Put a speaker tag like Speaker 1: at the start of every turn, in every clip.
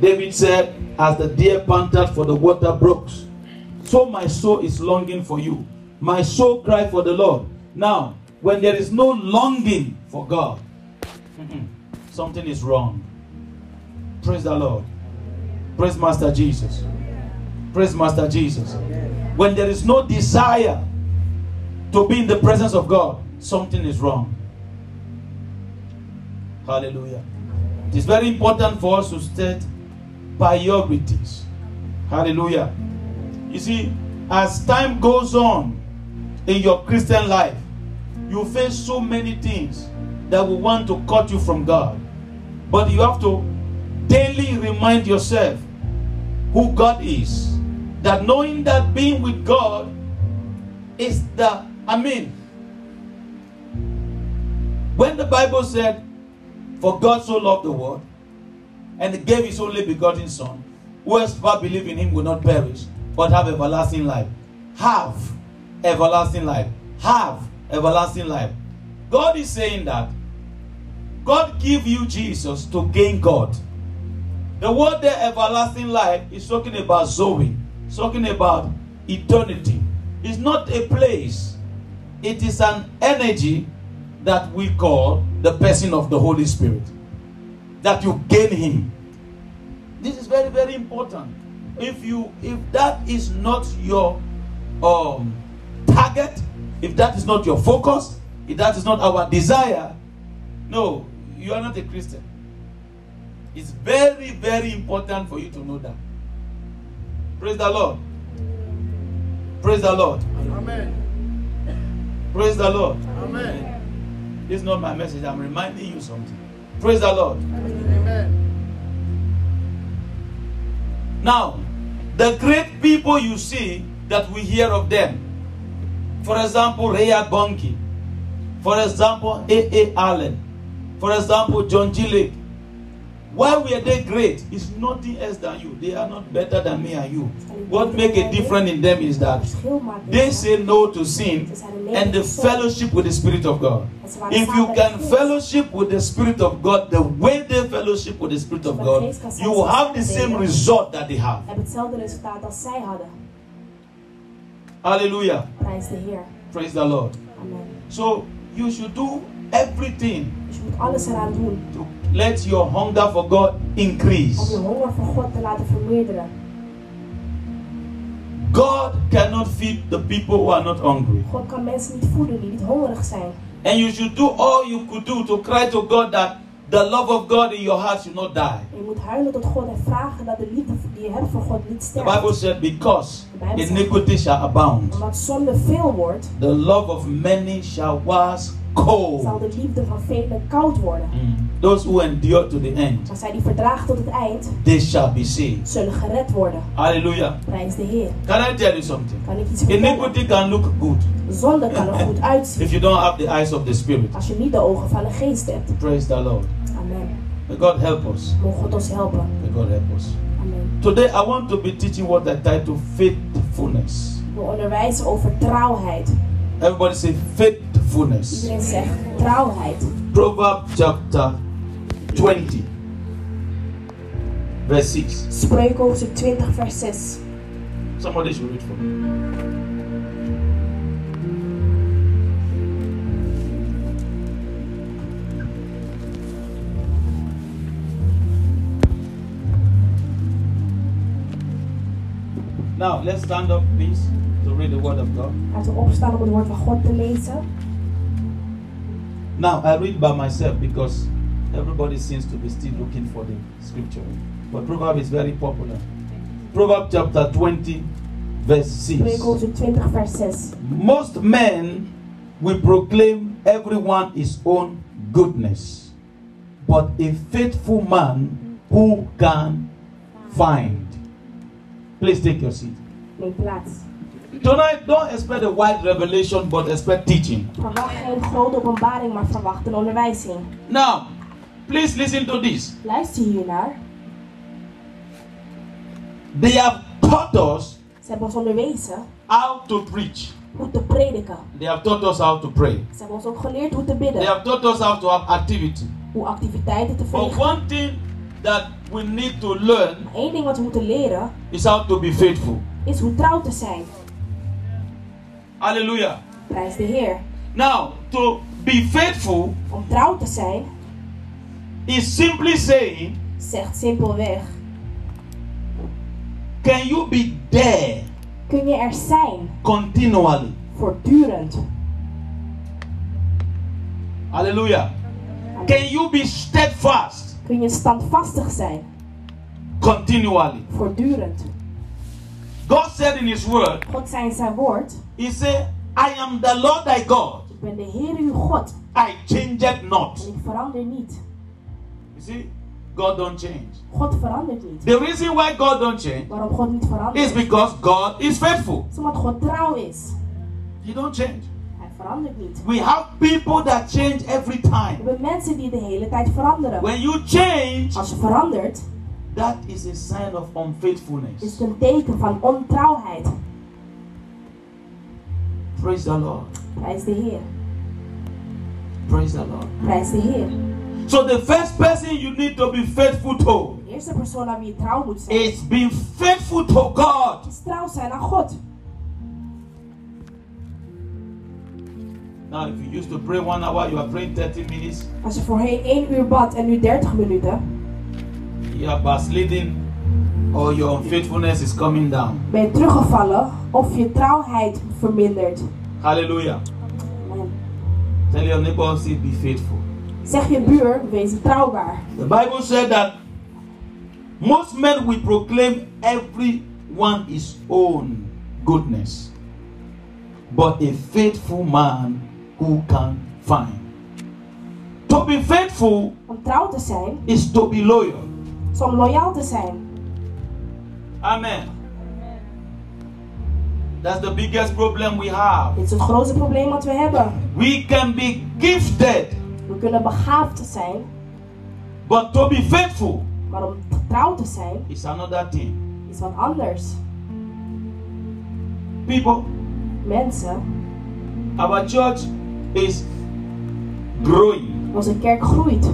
Speaker 1: David said, As the deer panted for the water brooks, so my soul is longing for you. My soul cry for the Lord. Now, when there is no longing for God, something is wrong. Praise the Lord. Praise Master Jesus. Praise Master Jesus. When there is no desire to be in the presence of God, something is wrong. Hallelujah. It is very important for us to state priorities. Hallelujah. You see, as time goes on in your Christian life, you face so many things that will want to cut you from God. But you have to daily remind yourself who God is. That knowing that being with God is the, I mean, when the Bible said, For God so loved the world and gave his only begotten Son, whoever believes in him will not perish but have everlasting life. Have everlasting life. Have everlasting life. God is saying that God give you Jesus to gain God. The word there, everlasting life, is talking about Zoe, it's talking about eternity. It's not a place, it is an energy that we call the person of the Holy Spirit. That you gain Him. This is very, very important. If you if that is not your um, target, if that is not your focus, if that is not our desire, no, you are not a Christian. It's very, very important for you to know that. Praise the Lord. Praise the Lord.
Speaker 2: Amen.
Speaker 1: Praise the Lord.
Speaker 2: Amen.
Speaker 1: This is not my message. I'm reminding you something. Praise the Lord.
Speaker 2: Amen.
Speaker 1: Now, the great people you see that we hear of them, for example, Rhea Bonnke, for example, A.A. Allen, for example, John G. Lake, why were they great? It's nothing else than you. They are not better than me and you. What make a difference in them is that they say no to sin and the fellowship with the Spirit of God. If you can fellowship with the Spirit of God the way they fellowship with the Spirit of God, you will have the same result that they have.
Speaker 3: Heb hetzelfde resultaat als zij hadden.
Speaker 1: Hallelujah.
Speaker 3: Prijs de Heer.
Speaker 1: Praise the Lord.
Speaker 3: Amen.
Speaker 1: So you should do everything
Speaker 3: Dus je moet alles eraan doen
Speaker 1: to let your hunger for God
Speaker 3: om je
Speaker 1: increase.
Speaker 3: honger voor God te laten vermeerderen.
Speaker 1: God cannot feed the people who are not hungry.
Speaker 3: God kan mensen niet voeden die niet hongerig zijn.
Speaker 1: And you should do all you could do to cry to God that the love of God in your heart should not die.
Speaker 3: En je moet huilen tot God en vragen dat de liefde die je hebt voor God niet
Speaker 1: The Bible
Speaker 3: sterft.
Speaker 1: said, Because iniquity shall abound,
Speaker 3: Omdat zonde veel wordt,
Speaker 1: the love of many shall wax
Speaker 3: zal
Speaker 1: cold.
Speaker 3: de liefde van velen koud worden.
Speaker 1: Mm. Those who endure to the end,
Speaker 3: Maar zij die verdraagt tot het eind,
Speaker 1: they shall be saved.
Speaker 3: zullen gered worden.
Speaker 1: Hallelujah.
Speaker 3: Prijs de Heer.
Speaker 1: Can I tell you something?
Speaker 3: Kan ik iets vertellen?
Speaker 1: Iniquity can look good
Speaker 3: Zonde kan er goed uitzien
Speaker 1: if you don't have the eyes of the Spirit.
Speaker 3: als je niet de ogen van de geest hebt.
Speaker 1: Praise the Lord.
Speaker 3: Amen.
Speaker 1: May God help us.
Speaker 3: Mogen God ons helpen.
Speaker 1: May God help us.
Speaker 3: Amen.
Speaker 1: Today I want to be teaching what I title faithfulness.
Speaker 3: We onderwijzen over trouwheid.
Speaker 1: Everybody say faithfulness.
Speaker 3: Iedereen zegt trouwheid.
Speaker 1: Proverb chapter 20, verse 6.
Speaker 3: Spreuk hoofdstuk 20 vers 6.
Speaker 1: Somebody should read for me. Now let's stand up, please, to read the word of God.
Speaker 3: Laten we opstaan om het woord van God te lezen.
Speaker 1: Now I read by myself because everybody seems to be still looking for the scripture. But Proverb is very popular. Proverb chapter 20, verse 6.
Speaker 3: Spreuk hoofdstuk 20 vers 6.
Speaker 1: Most men will proclaim everyone his own goodness, but a faithful man who can find. Please take your seat.
Speaker 3: Neem plaats.
Speaker 1: Tonight, don't expect a wide revelation, but expect teaching.
Speaker 3: Verwacht geen grote openbaring, maar verwacht een onderwijzing.
Speaker 1: Now, please listen to this.
Speaker 3: Luister hiernaar.
Speaker 1: They have taught us
Speaker 3: Ze hebben ons onderwezen
Speaker 1: how to preach.
Speaker 3: hoe te prediken.
Speaker 1: They have taught us how to pray.
Speaker 3: Ze hebben ons ook geleerd hoe
Speaker 1: They
Speaker 3: te bidden.
Speaker 1: have taught us how to have activity.
Speaker 3: Hoe activiteiten te
Speaker 1: But
Speaker 3: verrichten.
Speaker 1: one thing that we need to learn
Speaker 3: Maar één ding wat we moeten leren
Speaker 1: is how to be faithful.
Speaker 3: is hoe trouw te zijn.
Speaker 1: Hallelujah.
Speaker 3: Prijs de Heer.
Speaker 1: Now, to be faithful
Speaker 3: Om trouw te zijn
Speaker 1: is simply saying,
Speaker 3: zegt simpelweg:
Speaker 1: can you be there
Speaker 3: kun je er zijn
Speaker 1: continually?
Speaker 3: voortdurend?
Speaker 1: Hallelujah. Can you be steadfast
Speaker 3: Kun je standvastig zijn
Speaker 1: continually?
Speaker 3: voortdurend?
Speaker 1: God said in His Word,
Speaker 3: God zei in zijn woord:
Speaker 1: He said, I am the Lord thy God.
Speaker 3: Ik ben de Heer uw God
Speaker 1: I change it not.
Speaker 3: en ik verander niet.
Speaker 1: You see, God don't change.
Speaker 3: God verandert niet.
Speaker 1: The reason why God don't change
Speaker 3: Waarom God niet
Speaker 1: is
Speaker 3: verandert?
Speaker 1: because God is faithful.
Speaker 3: Is omdat God trouw is.
Speaker 1: He don't change.
Speaker 3: Hij verandert niet.
Speaker 1: We have people that change every
Speaker 3: We
Speaker 1: time.
Speaker 3: hebben mensen die de hele tijd veranderen.
Speaker 1: When you change,
Speaker 3: Als je verandert,
Speaker 1: that is a sign of
Speaker 3: is het
Speaker 1: unfaithfulness.
Speaker 3: een teken van ontrouwheid.
Speaker 1: Praise the Lord.
Speaker 3: Prijs de Heer.
Speaker 1: Praise the Lord.
Speaker 3: Prijs de Heer.
Speaker 1: So the first person you need to be faithful to
Speaker 3: De eerste persoon aan wie je trouw moet zijn,
Speaker 1: is being faithful to God.
Speaker 3: is trouw zijn aan God.
Speaker 1: Now, if you used to pray one hour, you are praying 30 minutes,
Speaker 3: Als je voorheen 1 uur bad en nu 30 minuten,
Speaker 1: you are backsliding, or your unfaithfulness is coming down.
Speaker 3: ben je teruggevallen of je trouwheid vermindert.
Speaker 1: Hallelujah.
Speaker 3: Amen.
Speaker 1: Tell your neighbor, say, be faithful.
Speaker 3: Zeg je buur, wees betrouwbaar.
Speaker 1: The Bible said that most men will proclaim everyone his own goodness, but a faithful man who can find. To be faithful
Speaker 3: Om trouw te zijn,
Speaker 1: is to be loyal.
Speaker 3: is om loyaal te zijn.
Speaker 1: Amen. That's the biggest problem we have.
Speaker 3: Dit is het grootste probleem wat we hebben.
Speaker 1: We can be gifted,
Speaker 3: We kunnen begaafd zijn,
Speaker 1: but to be faithful
Speaker 3: maar om trouw te zijn
Speaker 1: is another thing.
Speaker 3: is wat anders.
Speaker 1: People,
Speaker 3: Mensen,
Speaker 1: our church is growing.
Speaker 3: onze kerk groeit.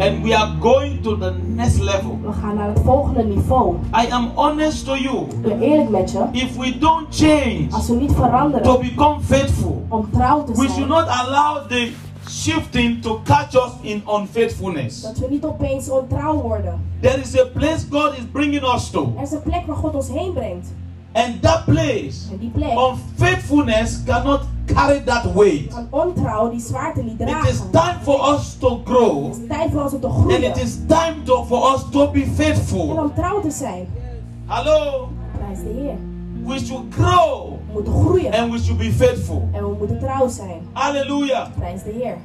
Speaker 1: and we are going to the next level.
Speaker 3: We gaan naar het volgende niveau.
Speaker 1: I am honest to you.
Speaker 3: Ik ben eerlijk met je.
Speaker 1: If we don't change
Speaker 3: Als we niet
Speaker 1: to
Speaker 3: veranderen
Speaker 1: become faithful,
Speaker 3: om trouw te
Speaker 1: we should
Speaker 3: zijn,
Speaker 1: not allow the shifting to catch us in unfaithfulness.
Speaker 3: dat we niet opeens ontrouw worden.
Speaker 1: There is a place God is bringing us to,
Speaker 3: Er is een plek waar God ons heen brengt.
Speaker 1: and that place,
Speaker 3: En die
Speaker 1: Oh.
Speaker 3: plek
Speaker 1: unfaithfulness cannot carry that weight.
Speaker 3: van ontrouw die zwaarte niet
Speaker 1: It is
Speaker 3: dragen.
Speaker 1: time for us to
Speaker 3: Het
Speaker 1: grow,
Speaker 3: is tijd voor ons om te
Speaker 1: and
Speaker 3: groeien
Speaker 1: it is time to, for us to be
Speaker 3: en
Speaker 1: faithful.
Speaker 3: om trouw te zijn.
Speaker 1: Hello,
Speaker 3: Prijs de Heer.
Speaker 1: we should grow
Speaker 3: We moeten groeien
Speaker 1: and we should be faithful.
Speaker 3: en we moeten trouw zijn.
Speaker 1: Hallelujah.
Speaker 3: Prijs de Heer.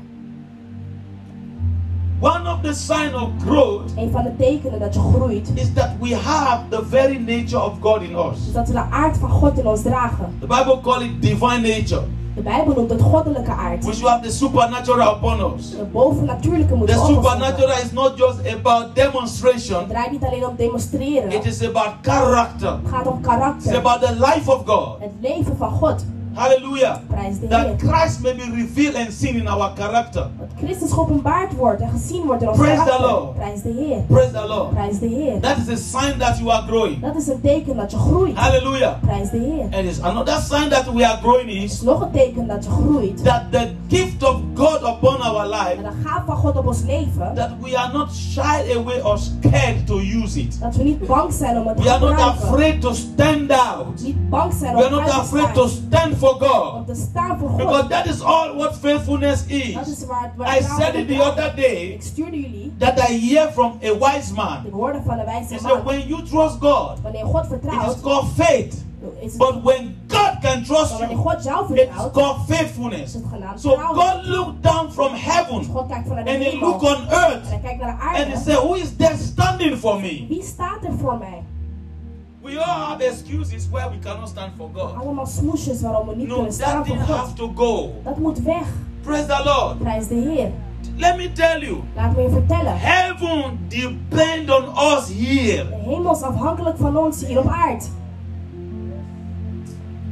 Speaker 1: One of the signs of growth
Speaker 3: Een van de tekenen dat je groeit,
Speaker 1: is that we have the very nature of God in
Speaker 3: is
Speaker 1: us.
Speaker 3: dat we de aard van God in ons dragen.
Speaker 1: The Bible calls it divine nature.
Speaker 3: De Bijbel noemt het goddelijke aard.
Speaker 1: We should have the supernatural upon us.
Speaker 3: De bovennatuurlijke moet
Speaker 1: The
Speaker 3: je op ons hebben.
Speaker 1: supernatural is not just about
Speaker 3: Het
Speaker 1: demonstration,
Speaker 3: draait niet alleen om demonstreren.
Speaker 1: it is about character.
Speaker 3: Het gaat om
Speaker 1: It's
Speaker 3: karakter.
Speaker 1: about the life of God.
Speaker 3: Het leven van God.
Speaker 1: Hallelujah.
Speaker 3: Prijs de
Speaker 1: That
Speaker 3: Heer.
Speaker 1: Christ may be revealed and seen in our character.
Speaker 3: Dat Christus geopenbaard wordt en gezien wordt door ons
Speaker 1: Praise the
Speaker 3: karakter.
Speaker 1: Lord.
Speaker 3: Prijs de Heer.
Speaker 1: Praise the Lord.
Speaker 3: Prijs de Heer.
Speaker 1: That is a sign that you are growing.
Speaker 3: Dat is een teken dat je groeit.
Speaker 1: Hallelujah.
Speaker 3: Prijs de Heer.
Speaker 1: And it's another sign that we are growing
Speaker 3: is
Speaker 1: is
Speaker 3: nog een teken dat je groeit.
Speaker 1: that the gift of God upon our life
Speaker 3: En de gaaf van God op ons leven.
Speaker 1: that we are not shy away or scared to use it.
Speaker 3: Dat we niet bang zijn om het te
Speaker 1: We are not
Speaker 3: gebruiken.
Speaker 1: afraid to stand out.
Speaker 3: Niet bang zijn om
Speaker 1: We are
Speaker 3: uit
Speaker 1: not
Speaker 3: te
Speaker 1: afraid to
Speaker 3: staan.
Speaker 1: stand for
Speaker 3: Om
Speaker 1: God.
Speaker 3: te staan voor
Speaker 1: Because
Speaker 3: God.
Speaker 1: that is all what faithfulness
Speaker 3: Dat is
Speaker 1: is.
Speaker 3: waar waar
Speaker 1: I
Speaker 3: trouw
Speaker 1: said it
Speaker 3: om
Speaker 1: the
Speaker 3: gaat.
Speaker 1: other
Speaker 3: Ik
Speaker 1: day
Speaker 3: stuurde jullie
Speaker 1: that I hear from a wise
Speaker 3: de
Speaker 1: man.
Speaker 3: woorden van de wijze
Speaker 1: He said,
Speaker 3: man.
Speaker 1: when you trust God,
Speaker 3: Wanneer God
Speaker 1: it
Speaker 3: vertrouwt,
Speaker 1: is called faith.
Speaker 3: is het
Speaker 1: But when God can trust
Speaker 3: Maar wanneer
Speaker 1: you,
Speaker 3: God jou
Speaker 1: it is
Speaker 3: vertrouwt,
Speaker 1: called
Speaker 3: is
Speaker 1: faithfulness.
Speaker 3: het genaamd
Speaker 1: So
Speaker 3: trouw.
Speaker 1: God looked down from
Speaker 3: Dus
Speaker 1: heaven
Speaker 3: God kijkt vanuit de
Speaker 1: and he
Speaker 3: hemel.
Speaker 1: looked on
Speaker 3: En
Speaker 1: earth
Speaker 3: hij kijkt naar de
Speaker 1: and he
Speaker 3: aarde.
Speaker 1: said, who is there standing for me?
Speaker 3: Wie staat er voor mij?
Speaker 1: We all have excuses where we cannot stand for God.
Speaker 3: Allemaal smoesjes waarom we niet
Speaker 1: No,
Speaker 3: kunnen
Speaker 1: that
Speaker 3: staan
Speaker 1: thing
Speaker 3: voor God.
Speaker 1: has to go.
Speaker 3: Dat moet weg.
Speaker 1: Praise the Lord.
Speaker 3: Prijs de Heer.
Speaker 1: Let me tell you,
Speaker 3: Laat me je vertellen.
Speaker 1: heaven depends on us
Speaker 3: De
Speaker 1: here.
Speaker 3: hemel is afhankelijk van ons hier op aard.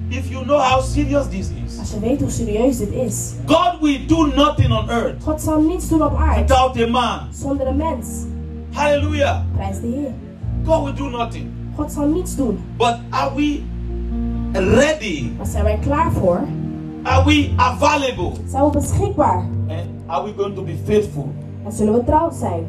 Speaker 1: If you know how serious this is,
Speaker 3: Als je weet hoe serieus dit is.
Speaker 1: God will do nothing on earth
Speaker 3: God zal niets doen op aard
Speaker 1: without a man.
Speaker 3: zonder een mens.
Speaker 1: Hallelujah.
Speaker 3: Prijs de Heer.
Speaker 1: God will do nothing.
Speaker 3: God zal niets doen.
Speaker 1: But are we ready?
Speaker 3: Maar zijn wij klaar voor?
Speaker 1: Are we available?
Speaker 3: Zijn we beschikbaar?
Speaker 1: And are we going to be faithful?
Speaker 3: En zullen we trouw zijn?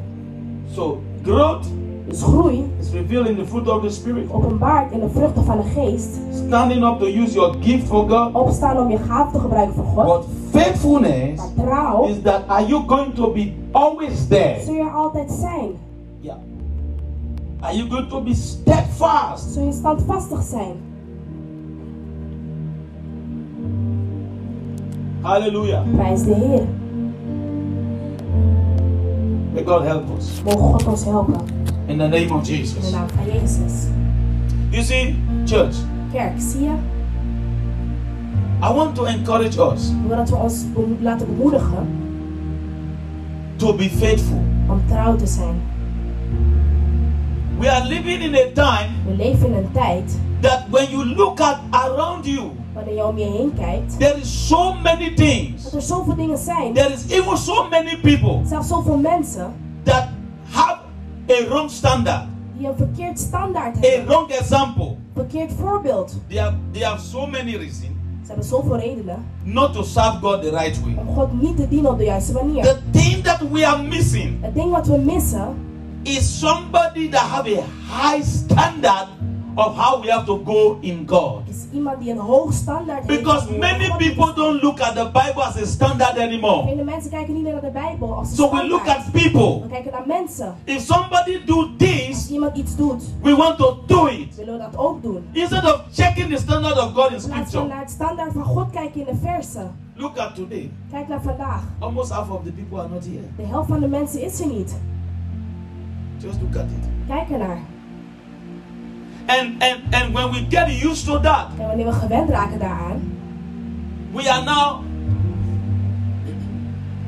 Speaker 1: So, growth
Speaker 3: Dus groei
Speaker 1: is revealed in the fruit of the Spirit.
Speaker 3: openbaart in de vruchten van de geest.
Speaker 1: Standing up to use your gift for God.
Speaker 3: Opstaan om je gaven te gebruiken voor God.
Speaker 1: But faithfulness
Speaker 3: Maar trouw
Speaker 1: is that are you going to be always there?
Speaker 3: zul je er altijd zijn.
Speaker 1: Yeah. Are you going to be steadfast?
Speaker 3: Zul je standvastig zijn.
Speaker 1: Hallelujah.
Speaker 3: Prijs de Heer.
Speaker 1: May God help us.
Speaker 3: Mogen God ons helpen.
Speaker 1: In the name of
Speaker 3: In de
Speaker 1: Jesus.
Speaker 3: naam van Jezus.
Speaker 1: You see, church,
Speaker 3: Kerk, zie je?
Speaker 1: I want to encourage us
Speaker 3: Ik wil dat we ons be- laten bemoedigen
Speaker 1: to be faithful.
Speaker 3: om trouw te zijn.
Speaker 1: We are living in a time
Speaker 3: We leven in een tijd
Speaker 1: that when you look at around you,
Speaker 3: wanneer je om je heen kijkt.
Speaker 1: there is so many
Speaker 3: Dat
Speaker 1: things.
Speaker 3: er zoveel dingen zijn.
Speaker 1: There is even so many people
Speaker 3: Zelfs zoveel mensen
Speaker 1: that have a wrong standard,
Speaker 3: die een verkeerd standaard
Speaker 1: a
Speaker 3: hebben.
Speaker 1: wrong example.
Speaker 3: Verkeerd voorbeeld.
Speaker 1: They have, they have so many reasons
Speaker 3: Ze hebben zoveel redenen
Speaker 1: not to serve God the right way.
Speaker 3: om God niet te dienen op de juiste manier.
Speaker 1: The thing that we are missing
Speaker 3: Het ding wat we missen
Speaker 1: is somebody that have a high standard of how we have to go in God.
Speaker 3: is iemand die een hoog standaard heeft.
Speaker 1: Because many people don't look at the Bible as a standard anymore.
Speaker 3: Vele mensen kijken niet meer naar de Bijbel als een
Speaker 1: So we look
Speaker 3: standaard.
Speaker 1: at
Speaker 3: We
Speaker 1: people.
Speaker 3: kijken naar mensen.
Speaker 1: If somebody do
Speaker 3: Als
Speaker 1: this,
Speaker 3: iemand iets doet,
Speaker 1: we want to do it.
Speaker 3: willen we dat ook doen.
Speaker 1: Instead of checking the standard of God in
Speaker 3: In plaats van
Speaker 1: scripture,
Speaker 3: naar het standaard van God kijken in de versen.
Speaker 1: look at today.
Speaker 3: Kijk naar vandaag.
Speaker 1: Almost half of the people are not here.
Speaker 3: De helft van de mensen is er niet.
Speaker 1: Just look at it.
Speaker 3: Kijk ernaar.
Speaker 1: And and and when we get used to that,
Speaker 3: En wanneer we gewend raken daaraan,
Speaker 1: we are now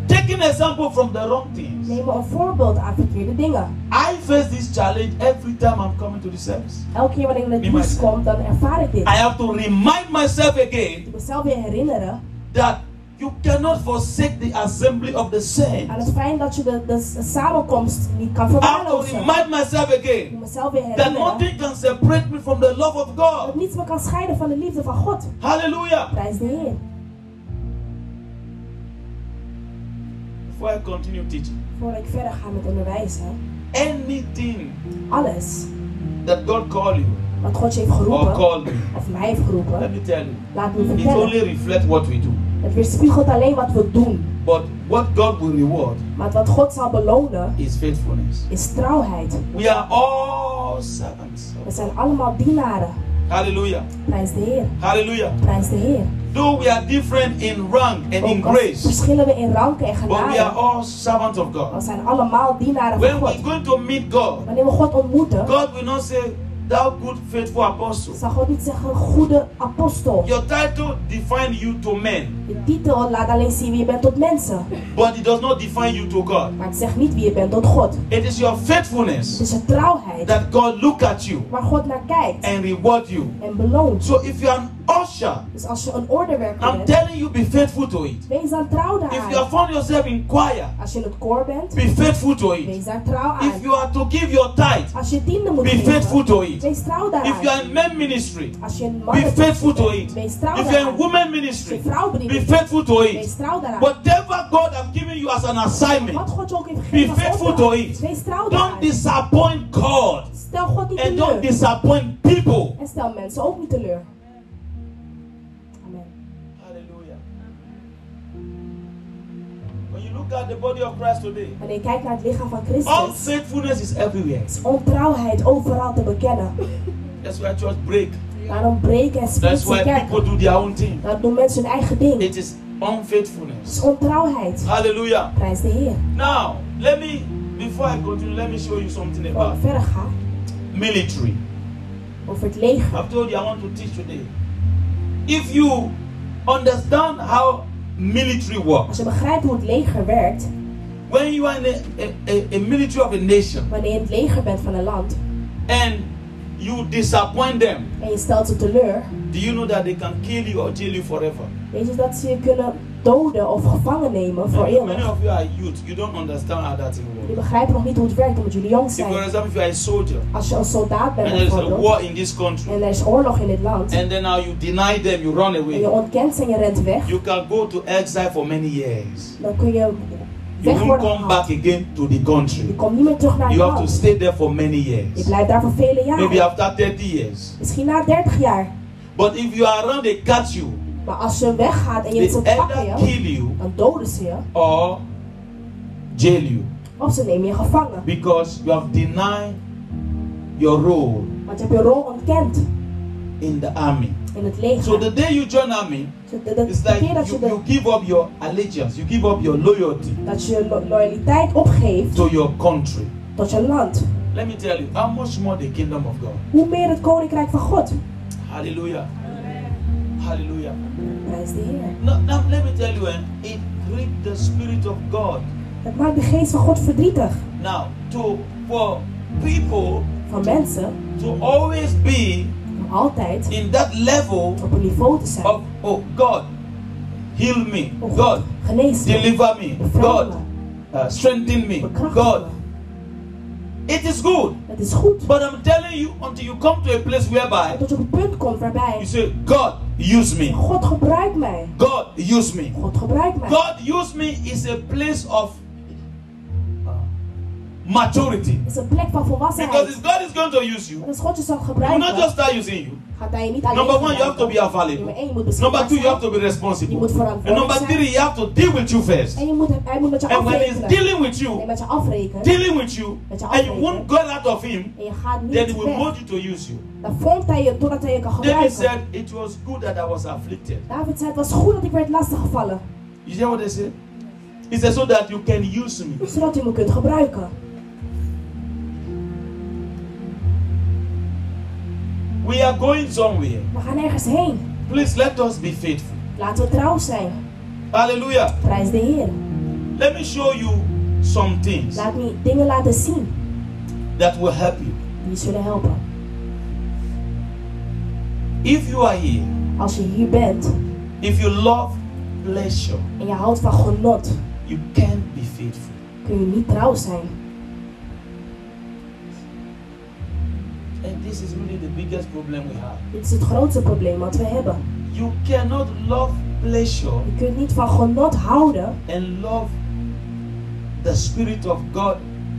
Speaker 1: taking example from the wrong things.
Speaker 3: nemen we een voorbeeld aan verkeerde dingen.
Speaker 1: I face this challenge every time I'm coming to the service.
Speaker 3: Elke keer wanneer ik in
Speaker 1: Niet
Speaker 3: het nieuws
Speaker 1: maar-
Speaker 3: kom, dan ervaar ik dit.
Speaker 1: I have to remind myself again
Speaker 3: Ik moet mezelf weer herinneren
Speaker 1: that you cannot forsake the assembly of the
Speaker 3: aan
Speaker 1: saints.
Speaker 3: het feit dat je de, de s- de samenkomst niet kan
Speaker 1: I have to
Speaker 3: verwaarlozen. Ik
Speaker 1: remind myself
Speaker 3: moet
Speaker 1: again
Speaker 3: mezelf weer
Speaker 1: that
Speaker 3: herinneren
Speaker 1: nothing can separate me from the love of
Speaker 3: dat
Speaker 1: God.
Speaker 3: niets me kan scheiden van de liefde van God.
Speaker 1: Hallelujah.
Speaker 3: Prijs de Heer.
Speaker 1: Before I continue teaching,
Speaker 3: Voordat ik verder ga met onderwijzen,
Speaker 1: anything
Speaker 3: alles
Speaker 1: that God call you
Speaker 3: wat Oh, God je heeft
Speaker 1: or
Speaker 3: geroepen,
Speaker 1: called me,
Speaker 3: of mij heeft
Speaker 1: let
Speaker 3: geroepen,
Speaker 1: me tell you,
Speaker 3: laat me
Speaker 1: it
Speaker 3: vertellen.
Speaker 1: only reflects what we do.
Speaker 3: Het weerspiegelt alleen wat we doen.
Speaker 1: But what God will reward
Speaker 3: Maar wat God zal belonen,
Speaker 1: is faithfulness.
Speaker 3: is trouwheid.
Speaker 1: We are all servants.
Speaker 3: We zijn allemaal dienaren.
Speaker 1: Hallelujah.
Speaker 3: Prijs de Heer.
Speaker 1: Hallelujah.
Speaker 3: Prijs de Heer.
Speaker 1: Though we are different in rank and in
Speaker 3: Ook al
Speaker 1: grace,
Speaker 3: verschillen we in ranken en
Speaker 1: but we are
Speaker 3: genade.
Speaker 1: all servants of
Speaker 3: We
Speaker 1: God.
Speaker 3: zijn allemaal dienaren
Speaker 1: When
Speaker 3: van
Speaker 1: we're
Speaker 3: God.
Speaker 1: going to meet God,
Speaker 3: Wanneer we God ontmoeten,
Speaker 1: God will not say, Thou good, faithful apostle.
Speaker 3: zal God niet zeggen goede apostel.
Speaker 1: Your title defines you to men,
Speaker 3: Je titel laat alleen zien wie je bent tot mensen.
Speaker 1: but it does not define you to God.
Speaker 3: Maar het zegt niet wie je bent tot God.
Speaker 1: It is your
Speaker 3: Het
Speaker 1: faithfulness
Speaker 3: is een trouwheid
Speaker 1: that God look at you
Speaker 3: waar God naar kijkt
Speaker 1: and reward you.
Speaker 3: en beloont.
Speaker 1: So if you are an usher,
Speaker 3: Dus als je een orderwerker
Speaker 1: I'm
Speaker 3: bent,
Speaker 1: telling you, be faithful to it.
Speaker 3: wees dan trouw
Speaker 1: If you have
Speaker 3: daaraan.
Speaker 1: found yourself in choir,
Speaker 3: Als je in het koor bent,
Speaker 1: be faithful to it.
Speaker 3: wees daar trouw
Speaker 1: If
Speaker 3: aan.
Speaker 1: you are to give your tithe,
Speaker 3: Als je tiende moet
Speaker 1: be faithful
Speaker 3: geven,
Speaker 1: to it.
Speaker 3: wees trouw
Speaker 1: If you are
Speaker 3: daaraan.
Speaker 1: in men ministry,
Speaker 3: Als je een man
Speaker 1: be
Speaker 3: bent,
Speaker 1: faithful to it.
Speaker 3: wees trouw
Speaker 1: If you are in
Speaker 3: daaraan.
Speaker 1: women
Speaker 3: Als je
Speaker 1: ministry,
Speaker 3: vrouw
Speaker 1: be
Speaker 3: bent,
Speaker 1: faithful to it.
Speaker 3: wees trouw daaraan.
Speaker 1: Whatever God has given you as an
Speaker 3: Wat
Speaker 1: assignment,
Speaker 3: God je ook heeft
Speaker 1: be
Speaker 3: gegeven als
Speaker 1: faithful to
Speaker 3: opdracht,
Speaker 1: it.
Speaker 3: Wees trouw
Speaker 1: Don't
Speaker 3: daaraan.
Speaker 1: disappoint God
Speaker 3: Stel God niet
Speaker 1: and don't
Speaker 3: teleur.
Speaker 1: disappoint people.
Speaker 3: En stel mensen ook niet teleur. Amen.
Speaker 1: Hallelujah. When you look at the body of Christ today,
Speaker 3: Wanneer je kijkt naar het lichaam van Christus,
Speaker 1: unfaithfulness is everywhere.
Speaker 3: is ontrouwheid overal te bekennen.
Speaker 1: That's why church break.
Speaker 3: Daarom breken en
Speaker 1: That's why
Speaker 3: splitsen
Speaker 1: people
Speaker 3: kerken.
Speaker 1: do their own thing.
Speaker 3: Daarom doen mensen hun eigen ding. Het
Speaker 1: It is unfaithfulness.
Speaker 3: is ontrouwheid.
Speaker 1: Hallelujah.
Speaker 3: Prijs de Heer.
Speaker 1: Now, let me, before I continue, let me show you something
Speaker 3: Voor ik
Speaker 1: about
Speaker 3: verder ga,
Speaker 1: military.
Speaker 3: over het leger.
Speaker 1: I've told you I want to teach today. If you understand how military
Speaker 3: Als
Speaker 1: works,
Speaker 3: je begrijpt hoe het leger werkt,
Speaker 1: when you are in a, a, a, a military of a nation
Speaker 3: wanneer je in het leger bent van een land
Speaker 1: and you disappoint them,
Speaker 3: en je stelt ze teleur,
Speaker 1: do you know that they can kill you or jail you forever?
Speaker 3: weet je dat ze je kunnen doden of gevangen nemen voor
Speaker 1: Many
Speaker 3: eeuwig.
Speaker 1: of you are youth, you don't understand how that thing
Speaker 3: Jullie
Speaker 1: works.
Speaker 3: begrijpen nog niet hoe het werkt omdat jullie jong
Speaker 1: See, for
Speaker 3: zijn.
Speaker 1: example, if you are a soldier
Speaker 3: Als je als soldaat bent
Speaker 1: and there is a
Speaker 3: bijvoorbeeld,
Speaker 1: war in this
Speaker 3: en
Speaker 1: country,
Speaker 3: er is oorlog in dit land, en
Speaker 1: and then now you deny them, you run
Speaker 3: je
Speaker 1: away,
Speaker 3: ontkent ze en je rent weg,
Speaker 1: you can go to exile for many years.
Speaker 3: dan kun je
Speaker 1: You
Speaker 3: weg
Speaker 1: won't
Speaker 3: worden
Speaker 1: come
Speaker 3: gehaald.
Speaker 1: back again to the
Speaker 3: Je
Speaker 1: country.
Speaker 3: komt niet meer terug naar je
Speaker 1: You have to
Speaker 3: land.
Speaker 1: stay there for many
Speaker 3: Je
Speaker 1: years,
Speaker 3: blijft daar voor vele
Speaker 1: maybe
Speaker 3: jaren.
Speaker 1: after 30 years.
Speaker 3: Misschien na 30 jaar.
Speaker 1: But if you are around, they catch you.
Speaker 3: Maar als je weggaat en je
Speaker 1: They
Speaker 3: iets ontpakken
Speaker 1: either
Speaker 3: je,
Speaker 1: kill you
Speaker 3: dan doden ze je.
Speaker 1: or jail you
Speaker 3: Of ze nemen je gevangen.
Speaker 1: because you have denied your role
Speaker 3: Want je hebt je rol ontkend
Speaker 1: in the army.
Speaker 3: in het
Speaker 1: So
Speaker 3: leger.
Speaker 1: the day you join army,
Speaker 3: Dus de- de-
Speaker 1: it's
Speaker 3: de
Speaker 1: like
Speaker 3: keer dat
Speaker 1: you,
Speaker 3: je de
Speaker 1: you give up your allegiance, you give up your loyalty
Speaker 3: dat je lo- loyaliteit opgeeft
Speaker 1: to your country.
Speaker 3: tot je land.
Speaker 1: Let me tell you, how much more the kingdom of God.
Speaker 3: Hoe meer het koninkrijk van God.
Speaker 1: Hallelujah. Hallelujah.
Speaker 3: Prijs de Heer.
Speaker 1: Now, now let me tell you, eh, it gripped the spirit of God.
Speaker 3: Het maakt de geest van God verdrietig.
Speaker 1: Now, to for people
Speaker 3: Van mensen
Speaker 1: to always be
Speaker 3: om altijd
Speaker 1: in that level
Speaker 3: op een niveau te zijn.
Speaker 1: of oh God, heal me,
Speaker 3: Oh,
Speaker 1: God,
Speaker 3: Genees me.
Speaker 1: deliver me,
Speaker 3: Bevrijd
Speaker 1: God,
Speaker 3: me.
Speaker 1: uh, strengthen me,
Speaker 3: Bekrachtig
Speaker 1: God.
Speaker 3: me.
Speaker 1: It is good,
Speaker 3: Het is goed.
Speaker 1: but I'm telling you, until you come to a place whereby
Speaker 3: Dat je op een punt komt
Speaker 1: you
Speaker 3: waarbij
Speaker 1: say, God, use me,
Speaker 3: God gebruikt mij.
Speaker 1: God, use me,
Speaker 3: God gebruikt mij.
Speaker 1: God, use me is a place of uh, maturity
Speaker 3: Het is een plek van
Speaker 1: because
Speaker 3: volwassenheid.
Speaker 1: if God is going to use you,
Speaker 3: En als God je zal
Speaker 1: He will not just
Speaker 3: gebruiken,
Speaker 1: start using you.
Speaker 3: gaat hij je niet alleen
Speaker 1: Number one, you have
Speaker 3: gebruiken.
Speaker 1: to be
Speaker 3: Nummer
Speaker 1: available.
Speaker 3: één, je moet
Speaker 1: Number
Speaker 3: beschikbaar
Speaker 1: two, you have
Speaker 3: zijn.
Speaker 1: to be
Speaker 3: Je moet
Speaker 1: responsible. And
Speaker 3: verantwoordelijk
Speaker 1: number three,
Speaker 3: zijn.
Speaker 1: you have to deal with you first.
Speaker 3: En je moet, hij moet met je
Speaker 1: And when he's
Speaker 3: afrekenen.
Speaker 1: dealing with
Speaker 3: En
Speaker 1: you,
Speaker 3: met je afrekenen.
Speaker 1: dealing with you,
Speaker 3: Met je
Speaker 1: and you
Speaker 3: afrekenen.
Speaker 1: won't get out of him,
Speaker 3: En je gaat niet
Speaker 1: then he will
Speaker 3: weg.
Speaker 1: mold you to use you.
Speaker 3: Dan vormt hij je totdat hij je kan
Speaker 1: David
Speaker 3: gebruiken.
Speaker 1: said, It was good that I was afflicted.
Speaker 3: David zei, het was goed dat ik werd lastiggevallen.
Speaker 1: You hear what they say? He said, So that you can use me.
Speaker 3: Zodat u me kunt gebruiken.
Speaker 1: We are going somewhere.
Speaker 3: We gaan ergens heen.
Speaker 1: Please let us be faithful.
Speaker 3: Laten we trouw zijn.
Speaker 1: Hallelujah.
Speaker 3: Prijs de Heer.
Speaker 1: Let me show you some things
Speaker 3: Laat me dingen laten zien
Speaker 1: that will help you.
Speaker 3: die je zullen helpen.
Speaker 1: If you are here,
Speaker 3: Als je hier bent
Speaker 1: if you love pleasure,
Speaker 3: en je houdt van genot,
Speaker 1: you can't be faithful.
Speaker 3: kun je niet trouw zijn.
Speaker 1: And this is really the biggest problem we have.
Speaker 3: Dit is het grootste probleem wat we hebben.
Speaker 1: You cannot love pleasure
Speaker 3: Je kunt niet van genot houden
Speaker 1: and love the Spirit of God